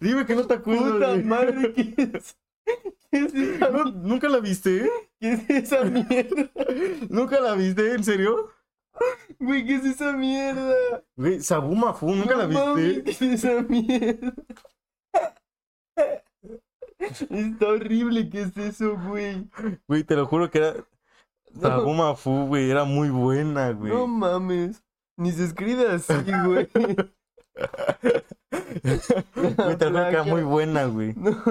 B: dime que no te acuerdas.
A: Puta
B: güey.
A: madre, ¿qué es? ¿Qué es esa,
B: ¿No- ¿Nunca la viste?
A: qué es esa mierda?
B: ¿Nunca la viste? ¿En serio?
A: Güey, ¿qué es esa mierda?
B: Güey, Sabumafu, ¿nunca la
A: No mames,
B: viste?
A: ¿Qué es esa mierda? Está horrible, ¿qué es eso, güey?
B: Güey, te lo juro que era
A: No.
B: Sabumafu, güey. Era muy buena, güey.
A: No mames. Ni se escribe así, güey.
B: Güey, te lo juro que era
A: Placa.
B: muy buena, güey.
A: No.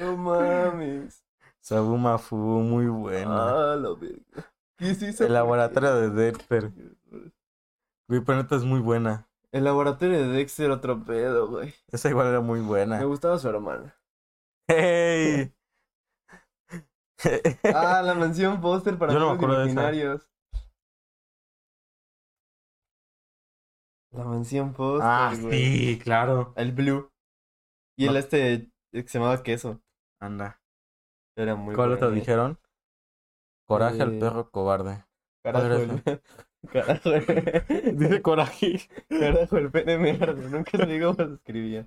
A: No mames.
B: Sabumafu, muy buena.
A: Ah, la verga. ¿Qué es eso?
B: El laboratorio de Dexter. Güey, pero neta es muy buena.
A: El laboratorio de Dexter, otro pedo, güey.
B: Esa igual era muy
A: Me
B: buena.
A: gustaba su hermana.
B: ¡Hey!
A: Ah, la mansión póster para
B: Yo no me
A: los
B: acuerdo de esa.
A: imaginarios. La mansión póster,
B: ah,
A: güey.
B: sí, claro.
A: El blue. Y el
B: No.
A: este que se llamaba queso.
B: Anda.
A: Era muy
B: ¿Cuál otro
A: bueno.
B: dijeron? Coraje al
A: Eh,
B: perro cobarde.
A: Carajo, el... Carajo, el...
B: Dice coraje.
A: Carajo, el pene mierda. Nunca le digo cómo se escribía.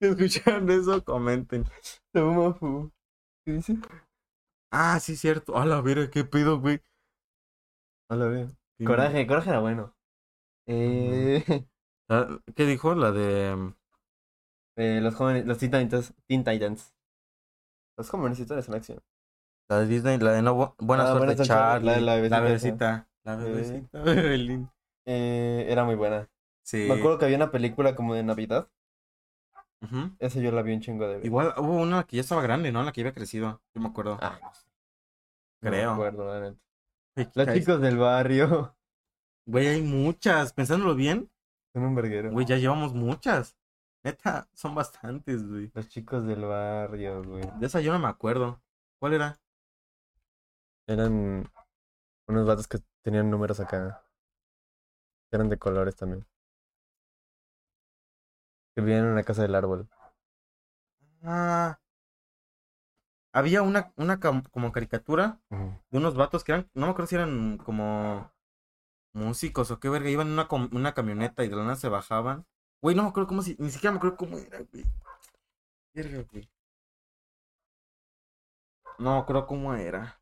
B: Si escucharon eso, comenten.
A: Sabumafu. ¿Qué dice?
B: Ah, sí, cierto. A la vera, qué pedo, güey.
A: No lo veo. Coraje, coraje era bueno. Eh,
B: Ah, ¿Qué dijo? La de. mm,
A: eh, los jóvenes, los Teen Titans. Teen Titans. Los jóvenes titanes en acción.
B: La de Disney, la de no Bu- Buena
A: Ah,
B: Suerte,
A: Buena Suerte,
B: Charlie.
A: la de la bebecita esa.
B: bebecita. La bebecita. Bebelín.
A: Eh, era muy buena.
B: Sí.
A: Me acuerdo que había una película como de Navidad.
B: Ujú.
A: Esa yo la vi un chingo de veces.
B: Igual hubo una que ya estaba grande, ¿no? La que había crecido. Yo me acuerdo.
A: Ah, no sé. No me
B: creo.
A: acuerdo, la neta.
B: Ay,
A: Los
B: caes-
A: chicos del barrio.
B: Güey, hay muchas. Pensándolo bien,
A: Son un verguero.
B: güey, ya llevamos muchas. Neta, son bastantes, güey.
A: Los chicos del barrio, güey.
B: De esa yo no me acuerdo. ¿Cuál era?
A: Eran unos vatos que tenían números acá. Eran de colores también. Que vivían en la casa del árbol.
B: Ah. Había una, una cam- como caricatura de unos vatos que eran, no me acuerdo si eran como músicos o qué verga, iban en una, com- una camioneta y de la nada se bajaban. Güey, no me acuerdo cómo, si, ni siquiera me acuerdo cómo era, güey. Verga, güey. No me acuerdo cómo era.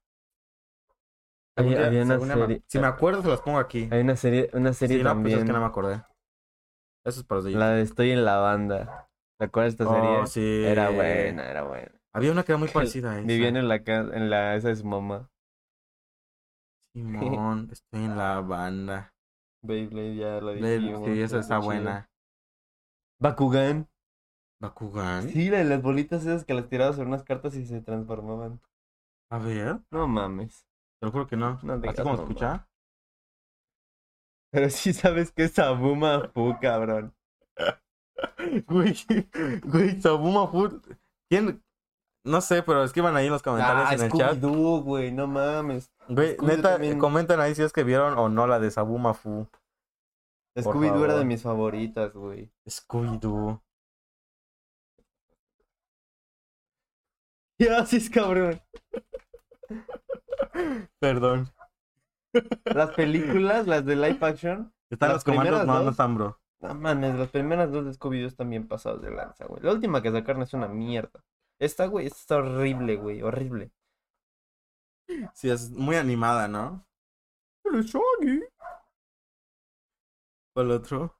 A: Hay-
B: Algún día-
A: había una
B: algún día me-
A: serie-
B: si me acuerdo, se las pongo aquí.
A: Hay una serie, una serie
B: Sí, no, pues
A: también.
B: es que no me acordé. Eso es para los de
A: La de Estoy en la banda. ¿Te acuerdas de esta
B: YouTube.
A: serie?
B: Oh, sí.
A: Era buena, era buena.
B: Había una que era muy parecida a esa.
A: Vivían en la casa, en la esa de su mamá.
B: Simón, estoy en la banda.
A: Beyblade ya lo
B: Ve-
A: dijimos.
B: Sí, esa está
A: chido.
B: buena.
A: Bakugan.
B: Bakugan.
A: Sí, la de las bolitas esas que las tirabas sobre unas cartas y se transformaban.
B: A ver.
A: No mames.
B: Te lo juro que no.
A: No
B: ¿Así
A: digas,
B: como
A: no,
B: escucha?
A: Pero sí sabes que es Sabuma Fu, cabrón.
B: Güey, güey, Sabuma Food. ¿Quién? No sé, pero escriban ahí en los comentarios
A: Ah,
B: en el chat.
A: Scooby-Doo, güey, no mames.
B: Güey,
A: Scooby-Doo
B: neta,
A: también.
B: comentan ahí si es que vieron o no la de Sabuma Fu. Por
A: Scooby-Doo era de
B: favor.
A: mis favoritas, güey.
B: Scooby-Doo.
A: ¿Qué haces, Ah, cabrón?
B: Perdón.
A: Las películas, las de live action.
B: Están
A: Las
B: los comandos
A: primeras
B: no, no
A: dos.
B: están, bro.
A: No mames, las primeras dos de Scooby-Doo están bien pasadas de lanza, güey. La última que sacaron es una mierda. Esta, güey, esta está horrible, güey, horrible.
B: Sí, es muy animada, ¿no? ¿Cuál otro?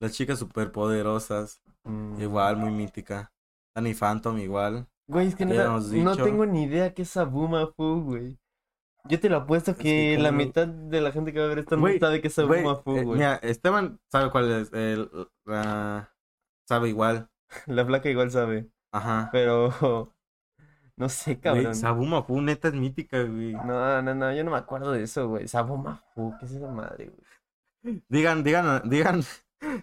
B: Las chicas superpoderosas.
A: Mm.
B: Igual, muy mítica. Danny Phantom, igual.
A: Güey, es que
B: Ya
A: neta,
B: hemos
A: no
B: dicho.
A: tengo ni idea qué es Sabuma Fu, güey. Yo te lo apuesto
B: que
A: que
B: como
A: la
B: no-
A: mitad de la gente que va a ver esto no
B: Güey,
A: sabe qué es
B: Güey,
A: Sabuma Fu,
B: eh,
A: güey.
B: mira, Esteban sabe cuál es. el- la- sabe igual.
A: La flaca igual sabe,
B: Ajá.
A: pero no sé,
B: Güey,
A: cabrón.
B: Sabuma Fu, neta es mítica, güey.
A: No, no, no, yo no me acuerdo de eso, güey. Sabuma Fu, ¿qué es esa madre, güey?
B: Digan, digan, digan.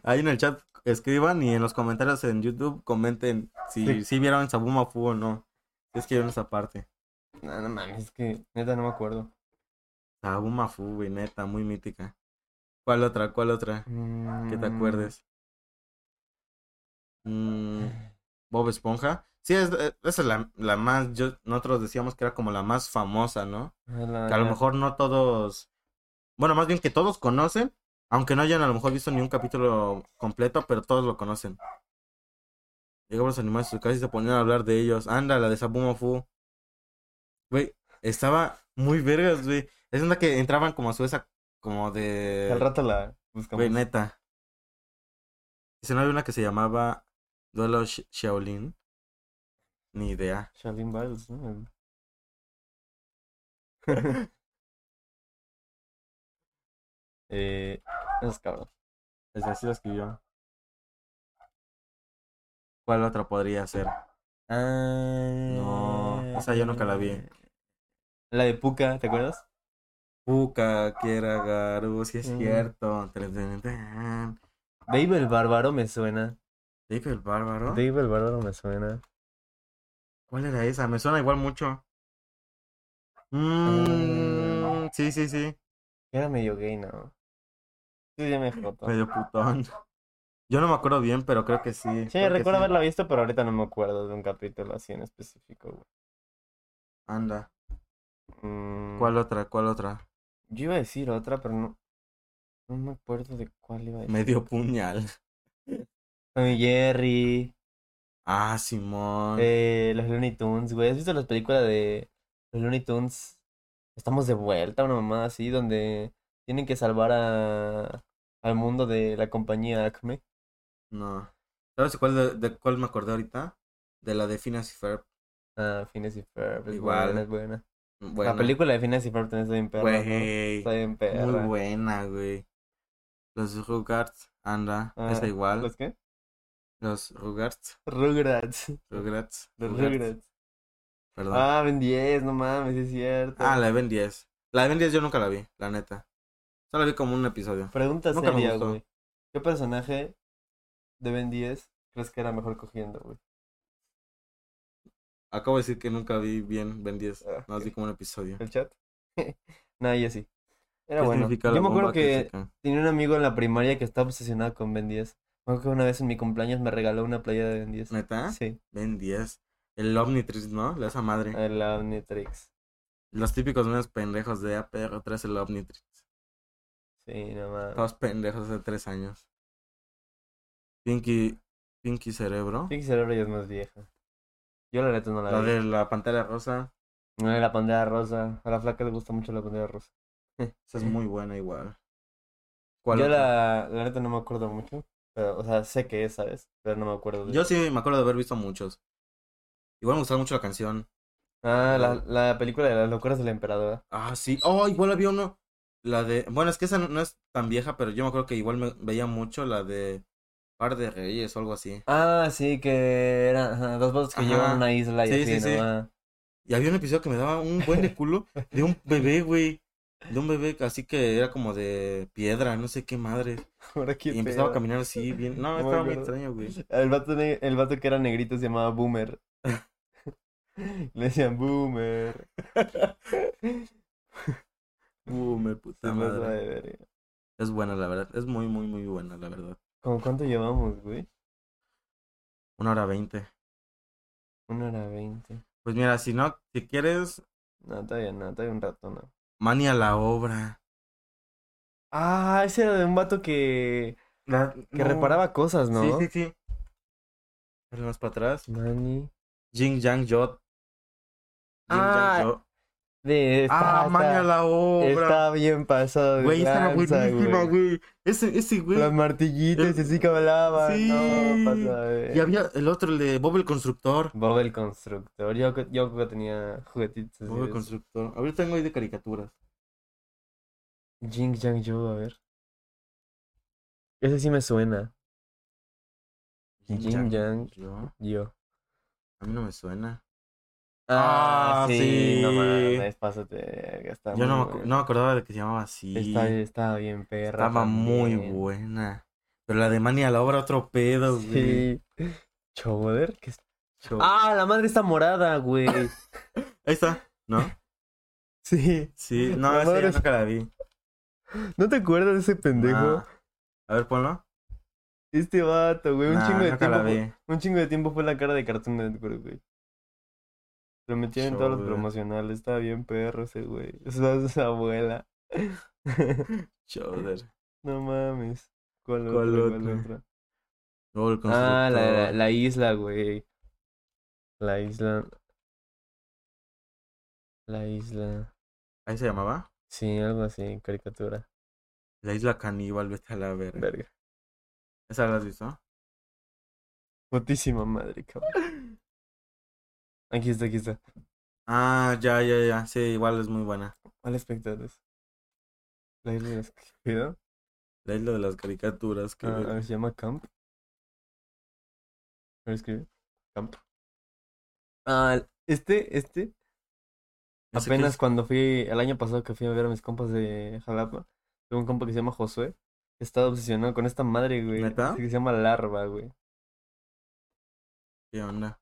B: Ahí en el chat escriban y en los comentarios en YouTube comenten si,
A: Sí.
B: si vieron Sabuma Fu o no. Si es que vieron esa parte.
A: No, no mames, es que neta no me acuerdo.
B: Sabuma Fu, güey, neta, muy mítica. ¿Cuál otra? ¿Cuál otra? Que te
A: Mm,
B: acuerdes. Mm,
A: Ah,
B: Bob Esponja. Sí, es, eh, esa es la, la más. Yo, nosotros decíamos que era como la más famosa, ¿no?
A: a la-
B: Que a lo
A: la-
B: mejor no todos. Bueno, más bien que todos conocen. Aunque no hayan a lo mejor visto ni un capítulo completo, pero todos lo conocen. Llegamos los animales a su casa y se ponían a hablar de ellos. Anda, la de Sabuma Fu. Güey, estaba muy vergas, güey. Es una que entraban como a su esa. Como de.
A: Al rato la buscamos.
B: Güey, neta. Dice, no había una que se llamaba Duelo Sh- Shaolin. Ni idea.
A: Shaolin Biles, ¿no? eh, no es cabrón.
B: Es así lo escribió. ¿Cuál otra podría ser?
A: No,
B: Ah, esa yo nunca la vi.
A: La de Puka, ¿te acuerdas?
B: Puka, Kira, Garu, si es
A: Mm.
B: cierto. Dave
A: Dave el Bárbaro me suena.
B: el Bárbaro.
A: Dave el Bárbaro me suena.
B: ¿Cuál era esa? Me suena igual mucho.
A: Ah.
B: Mm, sí, sí, sí.
A: Era medio gay, ¿no? Sí, ya me jotó.
B: Medio putón. Yo no me acuerdo bien, pero creo que sí.
A: Sí,
B: creo que
A: recuerdo
B: sí.
A: haberla visto, pero ahorita no me acuerdo de un capítulo así en específico, güey.
B: Anda.
A: Mm,
B: ¿Cuál otra? ¿Cuál otra?
A: Yo iba a decir otra, pero no. No me acuerdo de cuál iba a decir.
B: Medio puñal.
A: Tom y Jerry,
B: Ah, Simón.
A: eh, los Looney Tunes, güey. ¿Has visto las películas de los Looney Tunes? Estamos de vuelta, una mamada así, donde tienen que salvar a, al mundo de la compañía Acme.
B: No. ¿Sabes cuál de, de cuál me acordé ahorita? De la de Phineas y Ferb.
A: Ah, Phineas y Ferb. Es
B: Igual.
A: buena, es buena.
B: Buena.
A: La película de Phineas y Ferb también está bien perra, ¿no?
B: Güey.
A: Está bien perra.
B: Muy buena, güey. Los Rugrats. Anda.
A: Ah,
B: Esa igual.
A: ¿Los
B: Los,
A: qué?
B: Rugrats.
A: Rugrats.
B: Rugrats.
A: Los
B: Rugrats,
A: Rugrats.
B: Perdón. Ah,
A: Ah, Ben 10, no mames, sí es cierto.
B: la de Ben 10. La de Ben 10 yo nunca la vi, la neta. Solo la vi como un episodio.
A: Pregunta
B: Nunca me
A: seria,
B: gustó.
A: güey. ¿Qué personaje de Ben 10 crees que era mejor cogiendo, güey?
B: Acabo de decir que nunca vi bien Ben 10.
A: Ah,
B: No, vi como un episodio.
A: ¿El chat? no, yo sí. Era
B: ¿Qué
A: bueno.
B: significa
A: Yo
B: la
A: me acuerdo
B: bomba que
A: que
B: saca?
A: tenía un amigo en la primaria que estaba obsesionado con Ben 10. Me acuerdo que una vez en mi cumpleaños me regaló una playa de Ben 10.
B: ¿Neta?
A: Sí,
B: Ben 10. El Omnitrix, ¿no? La esa madre.
A: a la Omnitrix.
B: Los típicos menos pendejos de APR 3 el Omnitrix.
A: Sí, no mames.
B: Todos pendejos de tres años. Pinky, Pinky Cerebro.
A: Sí, que Cerebro ya es más vieja. Yo la neta no la
B: La
A: vi.
B: de la pantera rosa.
A: No la pantera rosa. A la flaca le gusta mucho la pantera rosa.
B: Esa Eh, es muy buena igual.
A: Yo
B: otra?
A: la, la neta no me acuerdo mucho. Pero, o sea, sé que es, ¿sabes? Pero no me acuerdo de
B: Yo sí me acuerdo de haber visto muchos. Igual me gustaba mucho la canción.
A: Ah, la, la película de las locuras de la emperadora.
B: Ah, sí. Oh, igual había uno. La de. Bueno, es que esa no- no es tan vieja, pero yo me acuerdo que igual me veía mucho la de Par de Reyes o algo así.
A: Ah, sí, que eran ajá, dos vatos que
B: Ajá.
A: llevan a una isla y
B: Sí,
A: así,
B: sí, sí.
A: ¿no? Ah,
B: Y había un episodio que me daba un buen de culo de un bebé, güey. De un bebé así que era como de piedra, no sé qué madre.
A: Ahora qué
B: Y empezaba
A: pedo.
B: a caminar así, bien. No,
A: No me
B: estaba muy
A: acuerdo.
B: extraño, güey.
A: El vato, ne- el vato que era negrito se llamaba Boomer. Le decían Boomer.
B: Boomer,
A: Se
B: puta
A: pasa
B: madre.
A: de verga.
B: Es buena, la verdad. Es muy, muy, muy buena, la verdad.
A: ¿Cómo cuánto llevamos, güey?
B: Una hora veinte.
A: Una hora veinte.
B: Pues mira, si no, si quieres,
A: No, todavía no, todavía un rato, no.
B: Mani a la obra.
A: Ah, ese era de un vato que,
B: La-
A: que
B: no.
A: reparaba cosas, ¿no?
B: Sí, sí, sí. Dale más para atrás.
A: Manny.
B: Jing Yang Jot. Jin
A: Ah,
B: Yang Jot.
A: De, está,
B: Ah, Mani a
A: está-
B: la obra.
A: está bien pasado de
B: Güey, esta era
A: lanza,
B: buenísima,
A: güey.
B: güey. Ese, ese, güey.
A: Los martillitos y
B: El-
A: así que hablaban.
B: Pues, Sí.
A: No, pasa de
B: Y había el otro, el de Bob el Constructor.
A: Bob el Constructor. Yo, yo creo que tenía juguetitos.
B: Bob el Constructor. A ver, tengo ahí de caricaturas.
A: Jing Jang Yo, a ver. Ese sí me suena. Jin
B: Yang
A: Yang.
B: Jot.
A: Yo.
B: A mí no me suena. Ah,
A: No
B: sí.
A: mames, pásate. de verga, Está
B: Yo
A: muy
B: no me, acu-
A: buena.
B: no me acordaba de que se llamaba así.
A: Está, estaba bien perra.
B: Estaba muy
A: también.
B: buena. Pero la de Manny a la obra, otro pedo, güey.
A: Sí. Choder, ¿qué es?
B: Chau.
A: Ah, la madre está morada, güey.
B: Ahí está, ¿no?
A: sí. La
B: Sí, no, esa
A: madre
B: ya
A: es-
B: nunca la vi.
A: ¿No te acuerdas de ese pendejo?
B: Ah. A ver, ponlo.
A: Este vato, güey. Un
B: Nah,
A: chingo de
B: nunca la
A: tiempo.
B: vi.
A: Un chingo de tiempo fue la cara de Cartoon Network, güey. Lo metieron en todos los
B: Chole.
A: promocionales. Estaba bien perro ese, güey. Esa es su abuela.
B: Joder.
A: No mames. ¿Cuál otra?
B: ¿Cuál
A: ¿Cuál
B: otra?
A: otra?
B: Luego el
A: Ah, la, la,
B: constructor.
A: la isla, güey. La isla. La isla.
B: Ahí se llamaba.
A: Sí, algo así, caricatura.
B: La isla caníbal, vete a la verga.
A: Verga.
B: ¿Esa la has visto?
A: Putísima madre, cabrón. Aquí está, aquí está.
B: Ah, ya, ya, ya. Sí, igual es muy buena.
A: ¿Cuál espectadores? La isla de las ¿Cuidado?
B: La isla de las caricaturas. Que...
A: Ah, a ver, se llama Camp. A ver, escribe. Camp. Ah, este, este.
B: Ese que
A: Apenas
B: es-
A: cuando fui, el año pasado que fui a ver a mis compas de Jalapa, tengo un compa que se llama Josué. que Estaba obsesionado con esta madre, güey.
B: ¿Neta?
A: así Que se llama Larva, güey.
B: ¿Qué onda?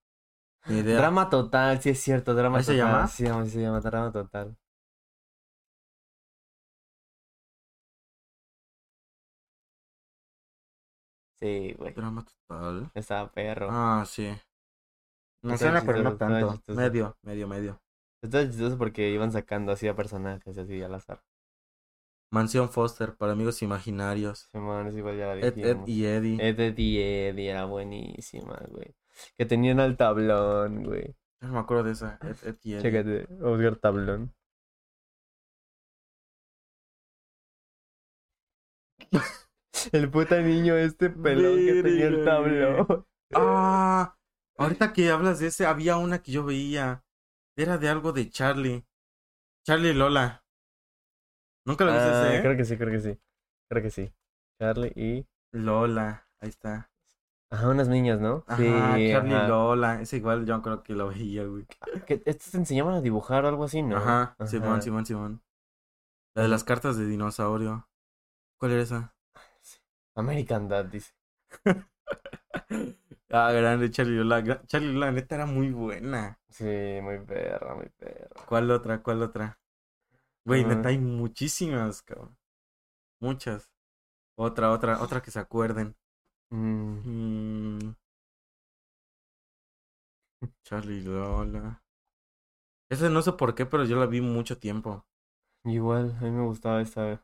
B: Ni idea.
A: Drama total, sí es cierto, drama
B: ¿Ahí se
A: total.
B: llama?
A: Sí, así se llama, drama total. Sí, güey.
B: Drama total.
A: Estaba perro.
B: Ah, sí. Me
A: Estaba
B: suena, pero no
A: chistoso, estaba
B: tanto.
A: chistoso.
B: Medio, medio, medio.
A: Estaba chistoso porque iban sacando así a personajes así al azar.
B: Mansión Foster para amigos imaginarios.
A: Simón, es igual ya la
B: Ed, Ed
A: dijimos.
B: y Eddie.
A: Ed, Ed y Eddie era buenísima, güey. Que tenían al tablón, güey.
B: Yo no me acuerdo de esa. Ed, Ed y Eddie.
A: Chécate, Oscar Tablón. El puta niño este pelón que tenía el
B: Verga, güey.
A: tablón.
B: Ah, ahorita que hablas de ese, había una que yo veía. Era de algo de Charlie. Charlie y Lola. Nunca lo viste
A: Ah,
B: ese, ¿eh?
A: creo que sí, creo que sí. Creo que sí. Charlie y.
B: Lola, ahí está.
A: Ajá, unas niñas, ¿no?
B: Ajá,
A: sí,
B: Charlie y
A: ajá.
B: Lola. Ese igual yo creo que lo veía, güey.
A: Que estos te enseñaban a dibujar o algo así, ¿no?
B: Ajá, Simón,
A: Ajá.
B: Simón, Simón. La de las cartas de dinosaurio. ¿Cuál era esa?
A: American Dad, dice.
B: Ah, grande Charlie y Lola. Gra- Charlie y Lola, neta, era muy buena.
A: Sí, muy perra, muy perra.
B: ¿Cuál otra? ¿Cuál otra? Güey,
A: Ah.
B: neta, hay muchísimas, cabrón. Muchas. Otra, otra, otra que se acuerden.
A: Mm,
B: Mm. Charlie Lola. Esa no sé por qué, pero yo la vi mucho tiempo.
A: igual, a mí me gustaba esta.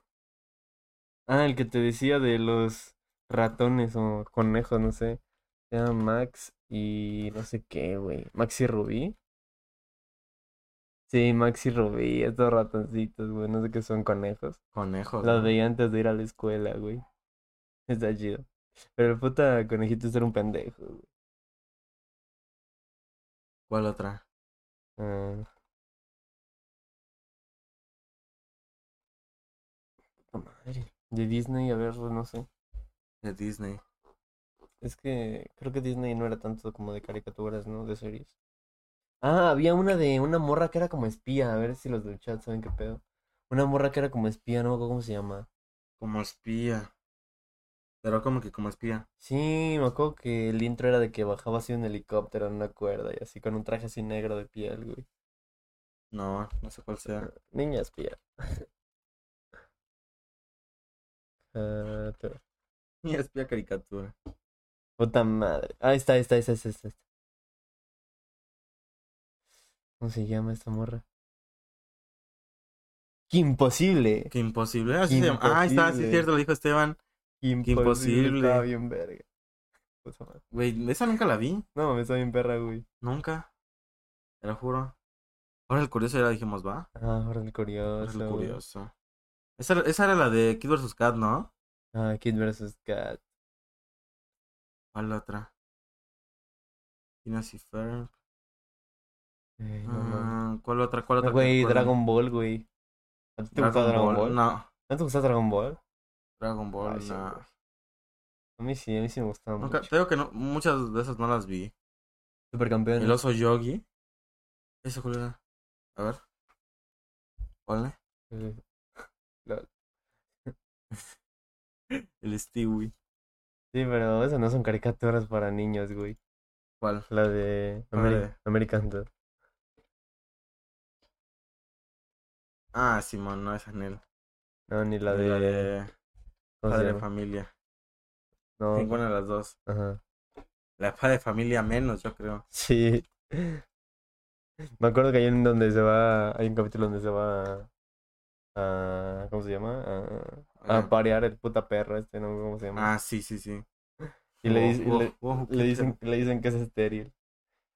A: Ah, el que te decía de los ratones o conejos, no sé. Se llama Max y no sé qué, güey. Max y Rubí. Sí, Max y Rubí, estos ratoncitos, güey. No sé qué son conejos.
B: Conejos.
A: Los
B: ¿no?
A: veía antes de ir a la escuela, güey. Está chido. Pero el puta conejito este era un pendejo, güey.
B: ¿Cuál otra?
A: Ah. Puta madre. De Disney, a ver, no sé.
B: De Disney.
A: Es que creo que Disney no era tanto como de caricaturas, ¿no? De series. Ah, había una de una morra que era como espía. A ver si los del chat saben qué pedo. Una morra que era como espía, no me acuerdo cómo se llama.
B: Como espía. Pero como que como espía.
A: Sí, me acuerdo que el intro era de que bajaba así un helicóptero en una cuerda y así con un traje así negro de piel, güey.
B: No, no sé cuál sea.
A: Niña espía. Caricatura.
B: Niña espía caricatura.
A: Puta madre. Ahí está, ahí está, ahí está, ahí está, ahí está. ¿Cómo se llama esta morra? ¡Qué imposible!
B: ¡Qué imposible! Ah, sí se llama. Ah, ahí está, sí es cierto, lo dijo Esteban.
A: ¡Qué imposible! Estaba bien verga. Puta madre.
B: Güey, esa nunca la vi.
A: No, me está bien perra, güey.
B: Nunca. Te lo juro. Ahora el curioso ya dijimos, va.
A: Ah, ahora el
B: Ahora
A: curioso.
B: el curioso. Esa, esa era la de Kid vs. Cat, ¿no?
A: Ah, Kid vs. Cat.
B: ¿Cuál la otra? Phineas y Ferb.
A: Ey, no mames.
B: Ah, ¿Cuál otra? ¿Cuál otra?
A: Güey,
B: ¿Cuál-
A: Dragon Ball, güey. ¿A ti te
B: Dragon
A: gustaba Dragon
B: Ball?
A: Ball?
B: No,
A: ¿No te gustaba Dragon Ball?
B: Dragon Ball,
A: Ay, sí,
B: no.
A: güey. A mí sí, a mí sí me gustaba
B: Nunca,
A: mucho.
B: te digo que no, muchas de esas no las vi.
A: Supercampeones.
B: El oso Yogi. ¿Eso cuál era? A ver. Ponle.
A: Eh,
B: El Stewie.
A: Sí, pero esas no son caricaturas para niños, güey.
B: ¿Cuál?
A: La de
B: ¿Cuál
A: Ameri-
B: de?
A: American Dad.
B: Ah, Simón, no es Anel.
A: No, ni la
B: Y La
A: de...
B: de
A: ¿cómo se
B: Padre de
A: llama?
B: Familia.
A: No,
B: Ninguna de las dos.
A: ajá.
B: La Padre de Familia menos, yo creo.
A: Sí. Me acuerdo que hay un donde se va... Hay un capítulo donde se va a... a- ¿Cómo se llama? A... A
B: Ah.
A: parear el puta perro este, no sé cómo se llama.
B: Ah, sí, sí, sí.
A: Y le,
B: Wow,
A: dice- y
B: wow,
A: le- le
B: wow, qué
A: dicen, le dicen que es estéril.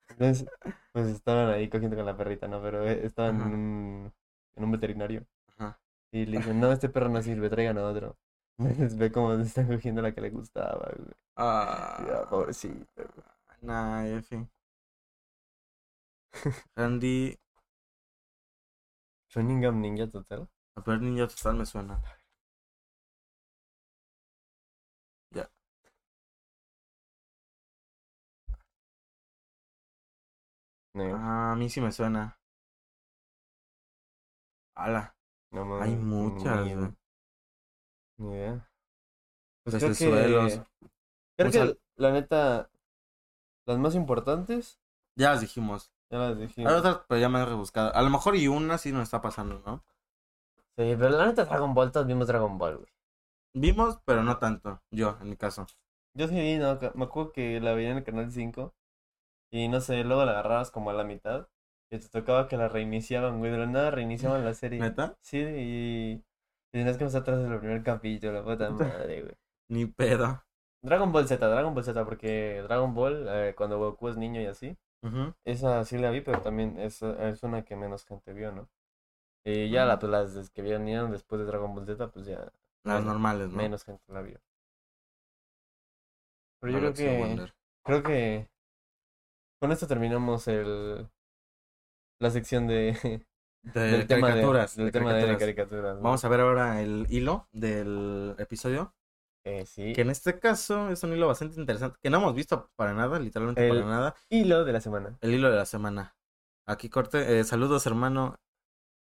A: Entonces, pues estaban ahí cogiendo con la perrita, ¿no? Pero eh, estaban
B: Ajá.
A: en un, en un veterinario.
B: Ajá.
A: Y le dicen, no, este perro no sirve, traigan a otro. Entonces ve cómo se está cogiendo la que le gustaba, güey.
B: Ah,
A: Ya, pobrecito. güey.
B: Nah, F. Randy.
A: Shoningham Ninja Total.
B: A ver, Ninja Total me suena. Ya.
A: No,
B: Ah, a mí sí me suena. Ala.
A: no
B: Hay
A: mames,
B: muchas,
A: Ni,
B: güey.
A: ni idea. Pues
B: Los
A: creo
B: suelos.
A: que, creo
B: O sea-
A: que, la neta, las más importantes,
B: Ya las dijimos.
A: ya las dijimos.
B: Hay otras, pero ya me he rebuscado. A lo mejor y una sí nos está pasando, ¿no?
A: Sí, pero la neta, Dragon Ball, todos vimos Dragon Ball, güey.
B: Vimos, pero no tanto. Yo, en mi caso.
A: Yo sí vi, no, ca- me acuerdo que la veía en el canal 5 y no sé, luego la agarrabas como a la mitad y te tocaba que la reiniciaban, güey, de la nada reiniciaban la serie.
B: ¿Neta?
A: Sí, y, y tenías que empezar atrás del primer capítulo, puta
B: Puta.
A: madre, güey.
B: Ni pedo.
A: Dragon Ball Z, Dragon Ball Z, porque Dragon Ball, eh, cuando Goku es niño y así,
B: Ujú.
A: esa sí la vi, pero también es, es una que menos gente vio, ¿no? Y ya la, pues, las que vinieron después de Dragon Ball Z, pues ya
B: Las
A: Menos-
B: normales, Pues, ¿no?
A: menos gente la vio. Pero yo creo
B: Alexa
A: que...
B: Wonder.
A: Creo que con esto terminamos el la sección de
B: De
A: del tema de
B: caricaturas.
A: del
B: de
A: tema de
B: caricaturas.
A: caricaturas, ¿no?
B: Vamos a ver ahora el hilo del episodio.
A: Eh, sí.
B: Que en este caso es un hilo bastante interesante. Que no hemos visto para nada, literalmente
A: El-
B: para nada.
A: Hilo de la semana.
B: El hilo de la semana. Aquí corte. eh, saludos, hermano.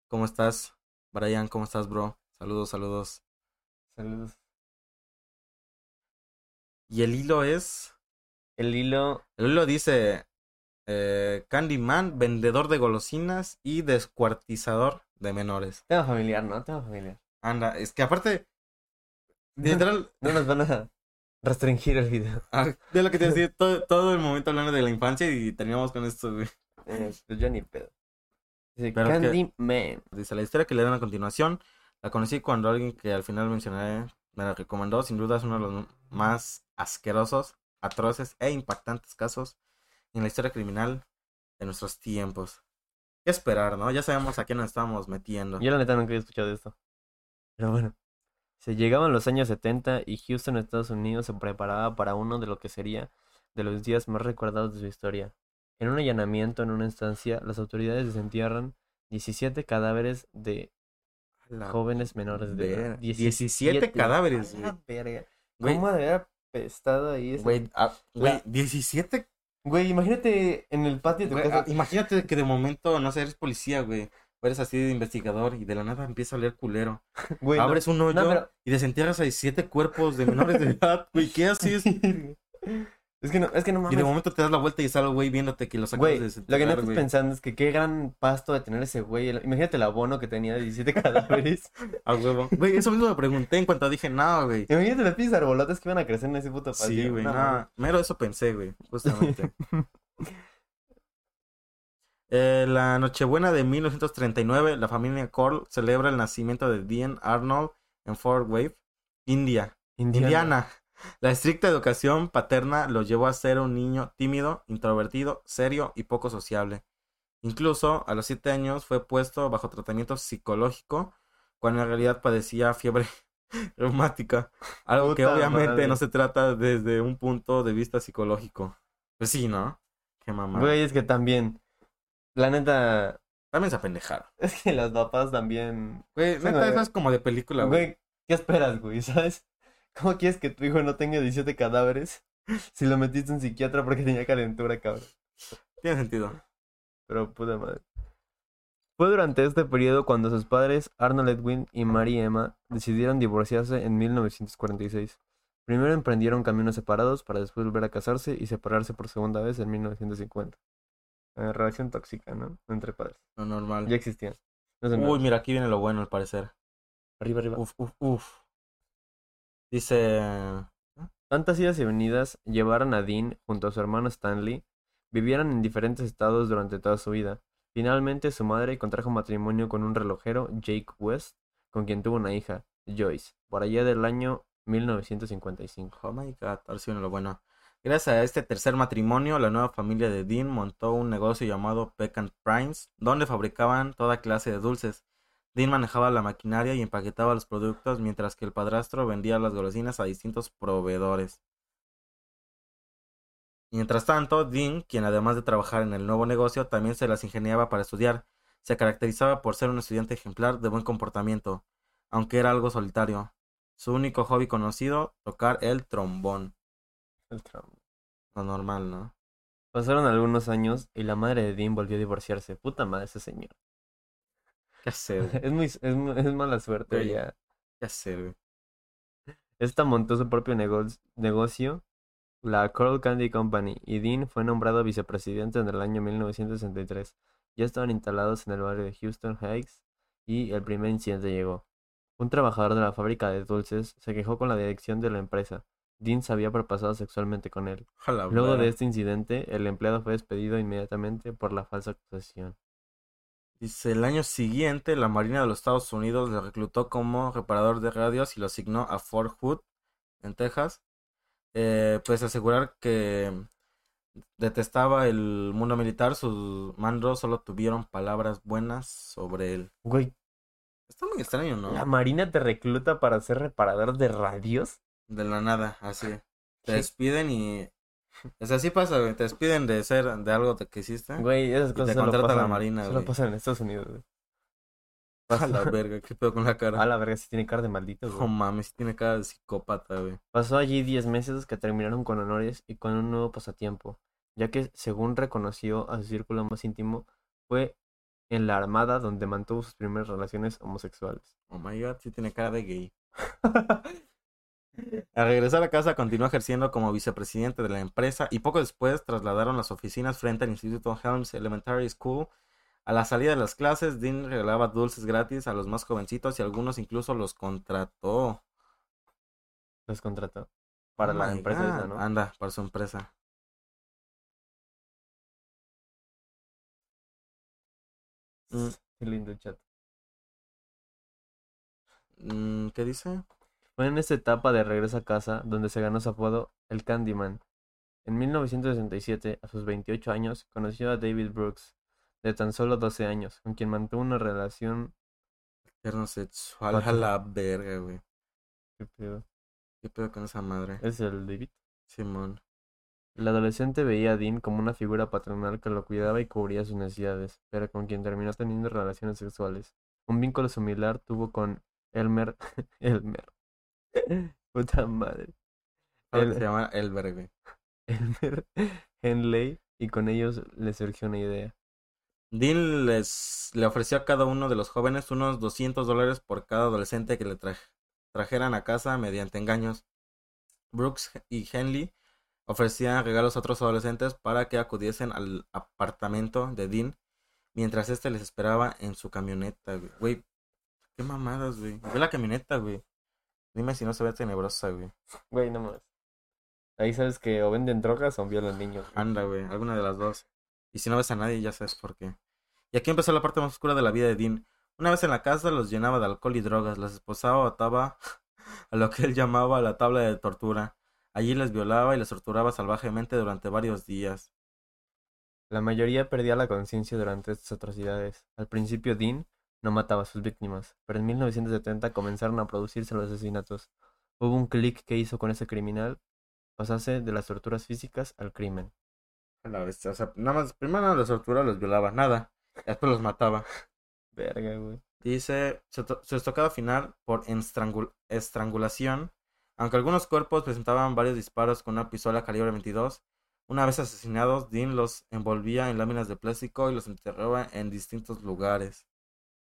B: ¿Cómo estás? Brian, ¿cómo estás, bro? Saludos, saludos.
A: Saludos.
B: Y el hilo es.
A: El hilo
B: El hilo dice. eh, Candyman, vendedor de golosinas y descuartizador de menores.
A: tema familiar, ¿no? Tema familiar.
B: Anda, es que aparte,
A: No,
B: literal,
A: no nos van a restringir el video.
B: ah, de lo que te decía, todo, todo el momento hablando de la infancia y terminamos con esto, güey.
A: Eh, pues yo ni pedo. Dice
B: Pero es que-
A: Candyman.
B: Dice, la historia que le dan a continuación, la conocí cuando alguien que al final mencionaré me la recomendó. Sin duda es uno de los más asquerosos, atroces e impactantes casos en la historia criminal de nuestros tiempos. ¿Qué esperar, no? Ya sabemos a qué nos estamos metiendo.
A: Yo la neta nunca había escuchado esto. Pero bueno. Se llegaban los años 70 y Houston, Estados Unidos, se preparaba para uno de lo que sería de los días más recordados de su historia. En un allanamiento en una instancia, las autoridades desentierran 17 cadáveres de
B: La
A: jóvenes menores de
B: verga.
A: edad.
B: 17 Ah, cadáveres,
A: A la verga.
B: Güey,
A: ¿Cómo de haber apestado ahí ese-
B: güey, ah, güey,
A: La-
B: 17
A: Güey, imagínate en el patio de tu
B: Güey,
A: casa.
B: ah, imagínate que de momento, no sé, eres policía, güey. O eres así de investigador y de la nada empieza a oler culero.
A: Güey, no.
B: Abres un hoyo
A: pero-
B: y desentierras a siete cuerpos de menores de edad, güey. ¿Qué haces?
A: es que no, es que no
B: Y
A: mames.
B: de momento te das la vuelta y sale, güey, viéndote que los acabas
A: Güey,
B: de
A: lo que no
B: desenterrar,
A: estás
B: güey.
A: pensando es que qué gran pasto de tener ese güey. El- Imagínate el abono que tenía de 17 cadáveres.
B: A huevo. Güey, eso mismo me pregunté en cuanto dije, no, güey.
A: Imagínate las pinches arbolotas que iban a crecer en ese puto patio.
B: Sí, güey,
A: No,
B: nada. Mero eso pensé, güey, justamente. Eh, la Nochebuena de 1939, la familia Cole celebra el nacimiento de Dean Arnold en Fort Wayne, India.
A: Indiana.
B: Indiana. La estricta educación paterna lo llevó a ser un niño tímido, introvertido, serio y poco sociable. Incluso a los siete años fue puesto bajo tratamiento psicológico cuando en realidad padecía fiebre reumática, algo que
A: Puta
B: obviamente
A: madre.
B: no se trata desde un punto de vista psicológico. Pues sí, ¿no? Qué mamá.
A: Güey, es que también. La neta.
B: También se apendejaron.
A: Es que las papás también.
B: Güey,
A: Sí,
B: neta,
A: güey.
B: eso es como de película, güey.
A: Güey, ¿qué esperas, güey? ¿Sabes? ¿Cómo quieres que tu hijo no tenga 17 cadáveres si lo metiste en psiquiatra porque tenía calentura, cabrón?
B: Tiene sentido.
A: Pero puta madre. Fue durante este periodo cuando sus padres, Arnold Edwin y Mary Emma, decidieron divorciarse en 1946. Primero emprendieron caminos separados para después volver a casarse y separarse por segunda vez en 1950. Eh, relación tóxica, ¿no? Entre padres.
B: Lo normal.
A: Ya existían. No sé,
B: Uy, mira, aquí viene lo bueno, al parecer.
A: arriba, arriba.
B: Uf, uf, uf. Dice.
A: Tantas idas y venidas llevaron a Dean junto a su hermano Stanley, vivieron en diferentes estados durante toda su vida. Finalmente su madre contrajo matrimonio con un relojero, Jake West, con quien tuvo una hija, Joyce, por allá del año 1955.
B: Oh my god, ahora sí viene lo bueno. Gracias a este tercer matrimonio, la nueva familia de Dean montó un negocio llamado Peck and Primes, donde fabricaban toda clase de dulces. Dean manejaba la maquinaria y empaquetaba los productos, mientras que el padrastro vendía las golosinas a distintos proveedores. Mientras tanto, Dean, quien además de trabajar en el nuevo negocio, también se las ingeniaba para estudiar. Se caracterizaba por ser un estudiante ejemplar de buen comportamiento, aunque era algo solitario. Su único hobby conocido, tocar el trombón.
A: El Trump.
B: Lo normal, ¿no?
A: Pasaron algunos años y la madre de Dean volvió a divorciarse. Puta madre ese señor.
B: ¿Qué hacer? güey?
A: Es, muy, es, mu- es mala suerte
B: Güey.
A: ya.
B: ¿Qué hacer, güey?
A: Esta montó su propio nego- negocio, la Coral Candy Company, y Dean fue nombrado vicepresidente en el año 1963. Ya estaban instalados en el barrio de Houston Heights y el primer incidente llegó. Un trabajador de la fábrica de dulces se quejó con la dirección de la empresa. Dean se había propasado sexualmente con él.
B: Ojalá,
A: Luego
B: güey.
A: de este incidente, el empleado fue despedido inmediatamente por la falsa acusación.
B: Dice, el año siguiente, la Marina de los Estados Unidos lo reclutó como reparador de radios y lo asignó a Fort Hood, en Texas. Eh, pues asegurar que detestaba el mundo militar, sus mandos solo tuvieron palabras buenas sobre él.
A: Güey,
B: Está muy extraño, ¿no?
A: ¿la Marina te recluta para ser reparador de radios?
B: De la nada, así. Te
A: ¿Qué?
B: despiden y... O sea, así pasa, güey. Te despiden de ser, de algo de que hiciste.
A: Güey, esas
B: Y te
A: cosas solo
B: contrata la
A: pasan,
B: Marina,
A: solo
B: güey.
A: pasan en Estados Unidos, güey.
B: A la verga, qué pedo con la cara.
A: A la verga, si tiene cara de maldito, güey.
B: No mames, tiene cara de psicópata, güey.
A: Pasó allí 10 meses que terminaron con honores y con un nuevo pasatiempo, ya que, según reconoció a su círculo más íntimo, fue en la armada donde mantuvo sus primeras relaciones homosexuales.
B: Oh my god, sí tiene cara de gay. Al regresar a casa continuó ejerciendo como vicepresidente de la empresa y poco después trasladaron las oficinas frente al Instituto Helms Elementary School. A la salida de las clases, Dean regalaba dulces gratis a los más jovencitos y algunos incluso los contrató.
A: Los contrató para la
B: Oh my
A: empresa esa,
B: God. ah,
A: ¿no?
B: Anda, para su empresa. Mm.
A: Qué lindo chat.
B: Mm, ¿Qué dice?
A: Fue en esta etapa de regreso a casa donde se ganó su apodo el Candyman. En 1967, a sus 28 años, conoció a David Brooks, de tan solo 12 años, con quien mantuvo una relación...
B: Terno sexual
A: Vato.
B: a la verga, güey.
A: ¿Qué pedo?
B: ¿Qué pedo con esa madre?
A: ¿Es el David?
B: Simón.
A: El adolescente veía a Dean como una figura patronal que lo cuidaba y cubría sus necesidades, pero con quien terminó teniendo relaciones sexuales. Un vínculo similar tuvo con Elmer. Elmer. Puta madre.
B: Ahora
A: El-
B: Se llama Elber, güey.
A: Elmer, Henley, y con ellos les surgió una idea.
B: Dean les, le ofreció a cada uno de los jóvenes unos 200 dólares por cada adolescente que le traje, trajeran a casa mediante engaños. Brooks y Henley ofrecían regalos a otros adolescentes para que acudiesen al apartamento de Dean mientras este les esperaba en su camioneta, güey. Güey, qué mamadas, güey. Ve la camioneta, güey. Dime si no se ve tenebrosa, güey.
A: Güey, no más. Ahí sabes que o venden drogas o violan niños. güey.
B: Anda, güey, alguna de las dos. Y si no ves a nadie, ya sabes por qué. Y aquí empezó la parte más oscura de la vida de Dean. Una vez en la casa, los llenaba de alcohol y drogas, los esposaba o ataba a lo que él llamaba la tabla de tortura. Allí les violaba y les torturaba salvajemente durante varios días.
A: La mayoría perdía la conciencia durante estas atrocidades. Al principio Dean no mataba a sus víctimas, pero en 1970 comenzaron a producirse los asesinatos. Hubo un clic que hizo con ese criminal pasarse de las torturas físicas al crimen.
B: A la bestia, o sea, nada más, primero los torturaba, los violaba, nada. Después los mataba.
A: Verga, güey.
B: Dice, su, to- su estocada final por estrangul- estrangulación. Aunque algunos cuerpos presentaban varios disparos con una pistola calibre 22, una vez asesinados, Dean los envolvía en láminas de plástico y los enterraba en distintos lugares.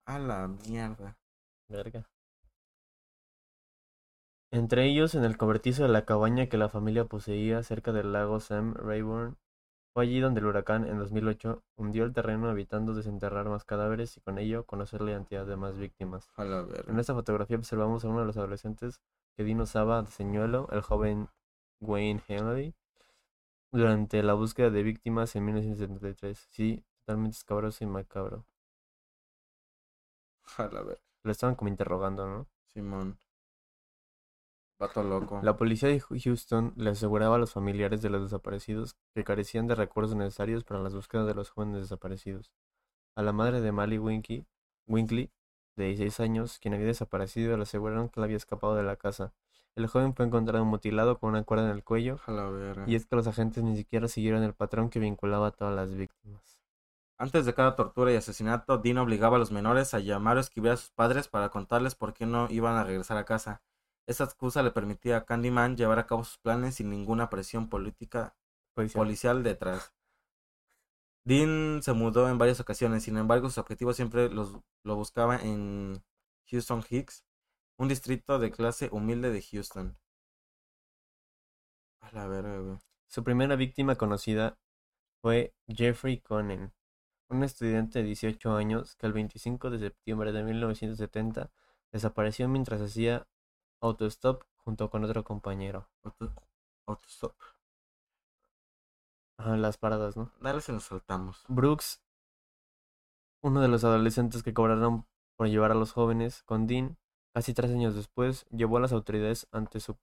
B: A la mierda.
A: Verga. Entre ellos, en el cobertizo de la cabaña que la familia poseía cerca del lago Sam Rayburn, fue allí donde el huracán en 2008 hundió el terreno evitando desenterrar más cadáveres y con ello conocer la identidad de más víctimas.
B: A la
A: En
B: verga.
A: esta fotografía observamos a uno de los adolescentes que Dean usaba de señuelo, el joven Wayne Henley, durante la búsqueda de víctimas en 1973. Sí, totalmente escabroso y macabro.
B: A la verga.
A: Lo estaban como interrogando, ¿no?
B: Simón. Vato loco.
A: La policía de Hu- Houston le aseguraba a los familiares de los desaparecidos que carecían de recursos necesarios para las búsquedas de los jóvenes desaparecidos. A la madre de Mally Winky, Winkley, de 16 años, quien había desaparecido, le aseguraron que la había escapado de la casa. El joven fue encontrado mutilado con una cuerda en el cuello,
B: A la verga.
A: y es que los agentes ni siquiera siguieron el patrón que vinculaba a todas las víctimas.
B: Antes de cada tortura y asesinato, Dean obligaba a los menores a llamar o escribir a sus padres para contarles por qué no iban a regresar a casa. Esta excusa le permitía a Candyman llevar a cabo sus planes sin ninguna presión política
A: Policía.
B: policial detrás. Dean se mudó en varias ocasiones, sin embargo, sus objetivos siempre los, lo buscaba en Houston Hicks, un distrito de clase humilde de Houston. A la verga, güey.
A: Su primera víctima conocida fue Jeffrey Conan, un estudiante de 18 años que el 25 de septiembre de 1970 desapareció mientras hacía autostop junto con otro compañero.
B: Auto- autostop.
A: Ajá, las paradas, ¿no?
B: Dale si nos saltamos.
A: Brooks, uno de los adolescentes que cobraron por llevar a los jóvenes con Dean, casi tres años después, llevó a las autoridades ante su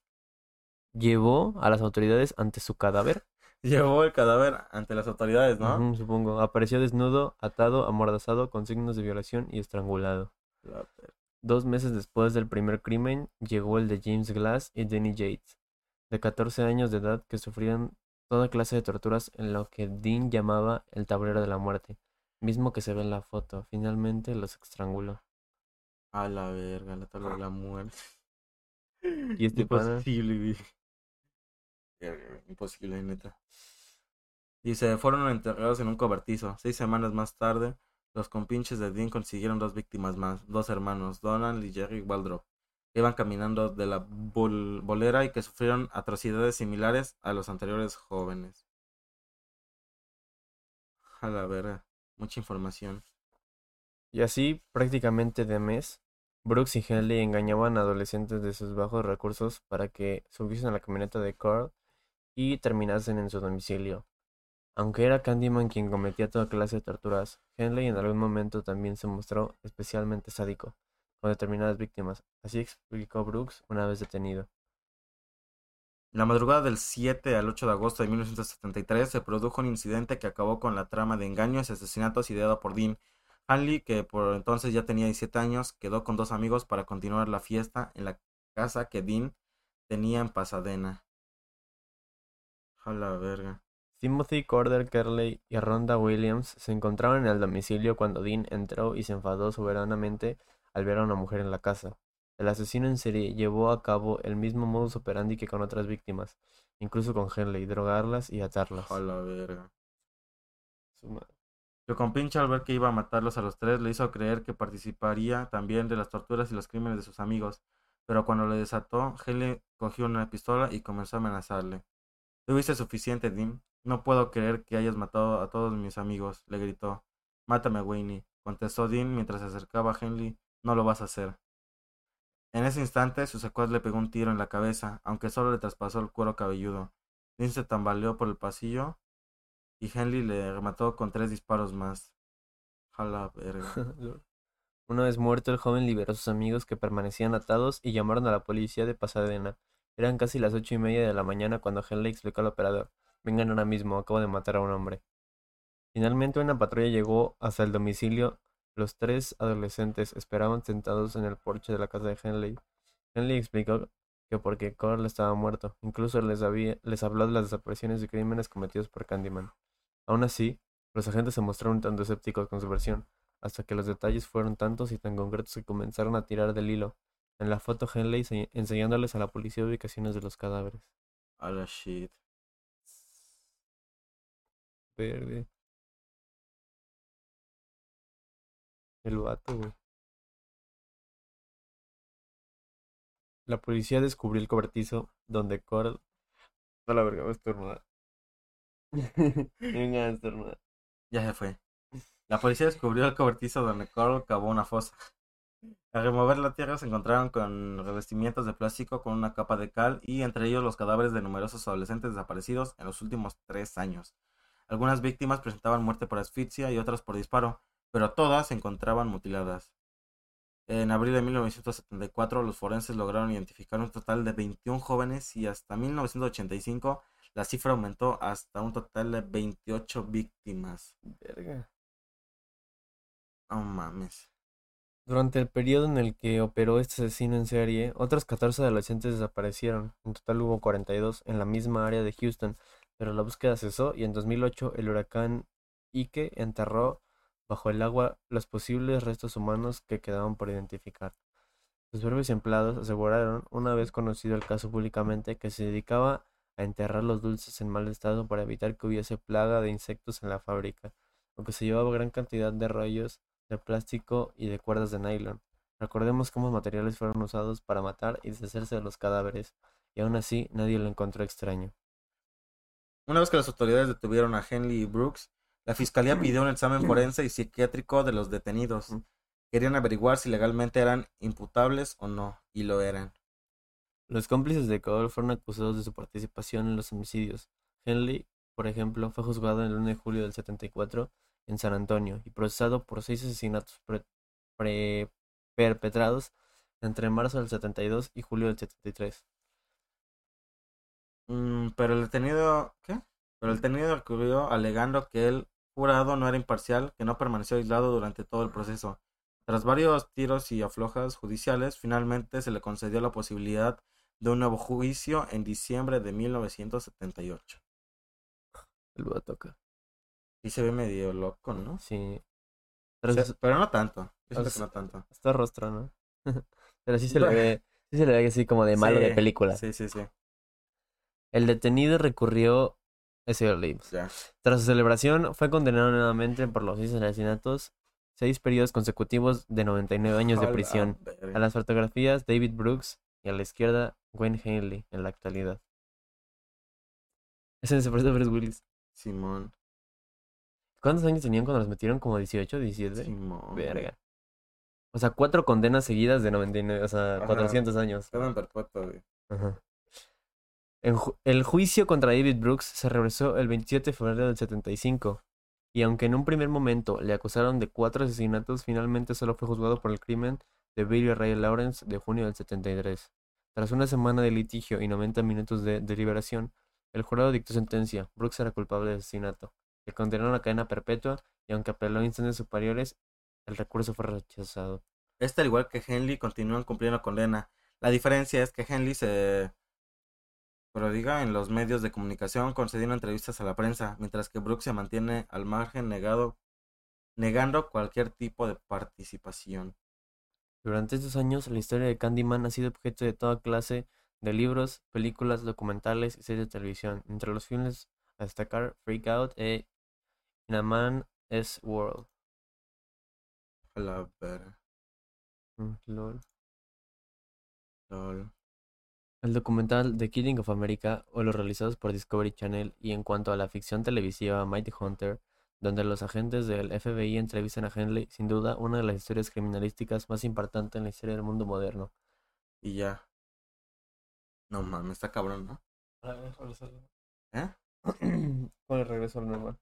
A: llevó a las autoridades ante su cadáver,
B: Llevó el cadáver ante las autoridades, ¿no?
A: Ujú, supongo. Apareció desnudo, atado, amordazado, con signos de violación y estrangulado.
B: La ver-
A: Dos meses después del primer crimen, llegó el de James Glass y Denny Yates, de 14 años de edad, que sufrían toda clase de torturas en lo que Dean llamaba el tablero de la muerte, mismo que se ve en la foto. Finalmente los estranguló.
B: A la verga, la tabla de la muerte.
A: Y este pana,
B: Imposible, güey. Verga, güey, Imposible, neta. Dice, fueron enterrados en un cobertizo. Seis semanas más tarde, los compinches de Dean consiguieron dos víctimas más, dos hermanos, Donald y Jerry Waldrop, que iban caminando de la bol- bolera y que sufrieron atrocidades similares a los anteriores jóvenes. A la verga, mucha información.
A: y así, prácticamente de mes, Brooks y Henley engañaban a adolescentes de sus bajos recursos para que subiesen a la camioneta de Carl y terminasen en su domicilio. Aunque era Candyman quien cometía toda clase de torturas, Henley en algún momento también se mostró especialmente sádico con determinadas víctimas. Así explicó Brooks una vez detenido.
B: La madrugada del 7 al 8 de agosto de 1973 se produjo un incidente que acabó con la trama de engaños y asesinatos ideada por Dean. Hanley, que por entonces ya tenía 17 años, quedó con dos amigos para continuar la fiesta en la casa que Dean tenía en Pasadena. A la verga.
A: Timothy Corder Curley y Rhonda Williams se encontraban en el domicilio cuando Dean entró y se enfadó soberanamente al ver a una mujer en la casa. El asesino en serie llevó a cabo el mismo modus operandi que con otras víctimas, Incluso con Henley, drogarlas y atarlas.
B: A la verga.
A: Su madre.
B: Su compinche, al ver que iba a matarlos a los tres, le hizo creer que participaría también de las torturas y los crímenes de sus amigos. Pero cuando le desató, Henley cogió una pistola y comenzó a amenazarle. Tuviste suficiente, Dim. No puedo creer que hayas matado a todos mis amigos, le gritó. Mátame, Wayne, contestó Dean mientras se acercaba a Henley. No lo vas a hacer. En ese instante, su secuaz le pegó un tiro en la cabeza, aunque solo le traspasó el cuero cabelludo. Dean se tambaleó por el pasillo y Henley le remató con tres disparos más. Jala verga.
A: Una vez muerto, el joven liberó a sus amigos que permanecían atados y llamaron a la policía de Pasadena. Eran casi las ocho y media de la mañana cuando Henley explicó al operador: Vengan ahora mismo, acabo de matar a un hombre. Finalmente una patrulla llegó hasta el domicilio. Los tres adolescentes esperaban sentados en el porche de la casa de Henley. Henley explicó que porque Carl estaba muerto. Incluso les, había, les habló de las desapariciones y crímenes cometidos por Candyman. Aún así, los agentes se mostraron tanto escépticos con su versión, hasta que los detalles fueron tantos y tan concretos que comenzaron a tirar del hilo. En la foto Henley enseñándoles a la policía ubicaciones de los cadáveres.
B: A la shit.
A: Verde. El vato, güey. La policía descubrió el cobertizo donde Coral. No la verga, voy a estornudar. Venga, a estornudar.
B: Ya se fue. La policía descubrió el cobertizo donde Coral cavó una fosa. Al remover la tierra se encontraron con revestimientos de plástico con una capa de cal y entre ellos los cadáveres de numerosos adolescentes desaparecidos en los últimos tres años. Algunas víctimas presentaban muerte por asfixia y otras por disparo, pero todas se encontraban mutiladas. En abril de 1974 los forenses lograron identificar un total de 21 jóvenes y hasta 1985 la cifra aumentó hasta un total de 28 víctimas.
A: Verga.
B: Oh mames.
A: Durante el periodo en el que operó este asesino en serie, otros 14 adolescentes desaparecieron. En total hubo 42 en la misma área de Houston, pero la búsqueda cesó y en 2008 el huracán Ike enterró bajo el agua los posibles restos humanos que quedaban por identificar. Los breves empleados aseguraron, una vez conocido el caso públicamente, que se dedicaba a enterrar los dulces en mal estado para evitar que hubiese plaga de insectos en la fábrica, aunque se llevaba gran cantidad de rollos de plástico y de cuerdas de nylon. Recordemos cómo los materiales fueron usados para matar y deshacerse de los cadáveres, y aún así nadie lo encontró extraño.
B: Una vez que las autoridades detuvieron a Henley y Brooks, la fiscalía pidió un examen forense y psiquiátrico de los detenidos. Querían averiguar si legalmente eran imputables o no, y lo eran.
A: Los cómplices de Cole fueron acusados de su participación en los homicidios. Henley, por ejemplo, fue juzgado el 1 de julio del 74 en San Antonio y procesado por seis asesinatos pre pre perpetrados entre marzo del 72 y julio del 73.
B: Mm, pero el detenido. ¿Qué? Pero el detenido recurrió alegando que él jurado no era imparcial, que no permaneció aislado durante todo el proceso. Tras varios tiros y aflojas judiciales, finalmente se le concedió la posibilidad de un nuevo juicio en diciembre de 1978.
A: El vato acá.
B: Y se ve medio loco, ¿no?
A: Sí.
B: O sea, pero no tanto. Yo
A: O
B: siento que
A: sea,
B: no tanto.
A: Está rostro, ¿no? Pero sí se le ve, sí se le ve así como de malo de
B: Sí,
A: película.
B: Sí, sí, sí.
A: El detenido recurrió ese ya lo leímos.
B: Ya.
A: Tras su celebración, fue condenado nuevamente por los seis asesinatos, seis periodos consecutivos de 99 años de
B: Jala,
A: prisión.
B: verga.
A: A las fotografías, David Brooks y a la izquierda, Gwen Henley en la actualidad. Ese se parece a Bruce Willis.
B: Simón.
A: ¿Cuántos años tenían cuando los metieron? ¿Como 18, 17?
B: Simón.
A: Verga. O sea, cuatro condenas seguidas de 99, o sea,
B: Ajá.
A: 400 años.
B: Quedan perpetuo, güey.
A: Ajá. En ju- el juicio contra David Brooks se regresó el 27 de febrero del 75, y aunque en un primer momento le acusaron de cuatro asesinatos, finalmente solo fue juzgado por el crimen de Billy Ray Lawrence de junio del 73. Tras una semana de litigio y 90 minutos de deliberación, el jurado dictó sentencia. Brooks era culpable de asesinato. Le condenaron a cadena perpetua y aunque apeló a instancias superiores, el recurso fue rechazado.
B: Este, al igual que Henley, continúan cumpliendo condena. La diferencia es que Henley se prodiga en los medios de comunicación concediendo entrevistas a la prensa, mientras que Brooks se mantiene al margen negado, negando cualquier tipo de participación.
A: Durante estos años, la historia de Candyman ha sido objeto de toda clase de libros, películas, documentales y series de televisión. Entre los filmes a destacar Freak Out e In a Man's World.
B: A la verga.
A: Mm, lol.
B: Lol.
A: El documental The Killing of America o los realizados por Discovery Channel y en cuanto a la ficción televisiva Mighty Hunter, donde los agentes del FBI entrevistan a Henley, sin duda una de las historias criminalísticas más impactantes en la historia del mundo moderno.
B: Y ya. No mames, está cabrón, ¿no?
A: A ver, regresalo.
B: ¿Eh?
A: Con el regreso al normal.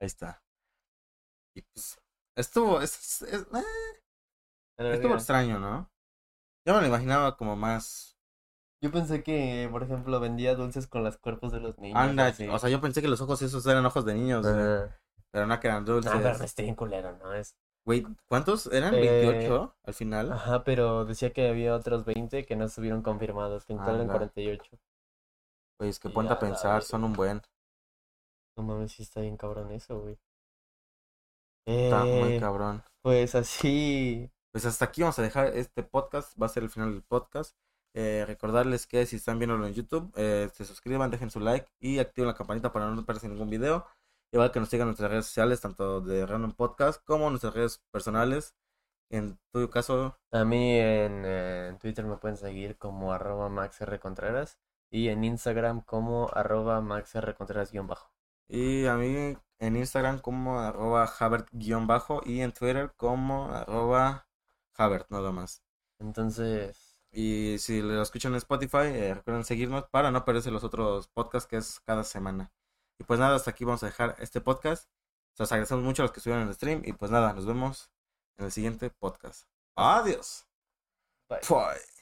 B: Ahí está. Y pues, estuvo, es, es- eh, estuvo extraño, ¿no? Yo me lo imaginaba como más.
A: Yo pensé que, por ejemplo, vendía dulces con los cuerpos de los niños.
B: Anda,
A: así.
B: o sea, yo pensé que los ojos esos eran ojos de niños, güey,
A: Ah.
B: pero no que eran
A: No, pero no
B: dulces.
A: estoy en culero, ¿no? Es...
B: Güey, ¿cuántos eran?
A: Eh, ah,
B: ¿28 al final?
A: Ajá, pero decía que había otros 20 que no estuvieron confirmados, que en total eran
B: Anda.
A: 48.
B: Güey, es que
A: ya,
B: ponte a
A: la
B: pensar,
A: verga.
B: son un buen.
A: No mames, sí está bien cabrón eso, güey.
B: Está muy
A: Eh,
B: cabrón.
A: pues así.
B: Pues hasta aquí vamos a dejar este podcast. Va a ser el final del podcast. Eh, recordarles que si están viéndolo en YouTube, eh, se suscriban, dejen su like y activen la campanita para no perderse ningún video. Igual que nos sigan en nuestras redes sociales, tanto de Random Podcast como nuestras redes personales. En tu caso,
A: A mí en, eh, en Twitter me pueden seguir como arroba maxrcontreras y en Instagram como arroba maxrcontreras guión bajo.
B: y a mí en Instagram como arroba Habert-bajo y en Twitter como arroba Habert, nada más.
A: Entonces,
B: Y si lo escuchan en Spotify, eh, recuerden seguirnos para no perderse los otros podcasts que es cada semana. Y pues nada, hasta aquí vamos a dejar este podcast. Les agradecemos mucho a los que estuvieron en el stream. Y pues nada, nos vemos en el siguiente podcast. Adiós.
A: bye.
B: Bye.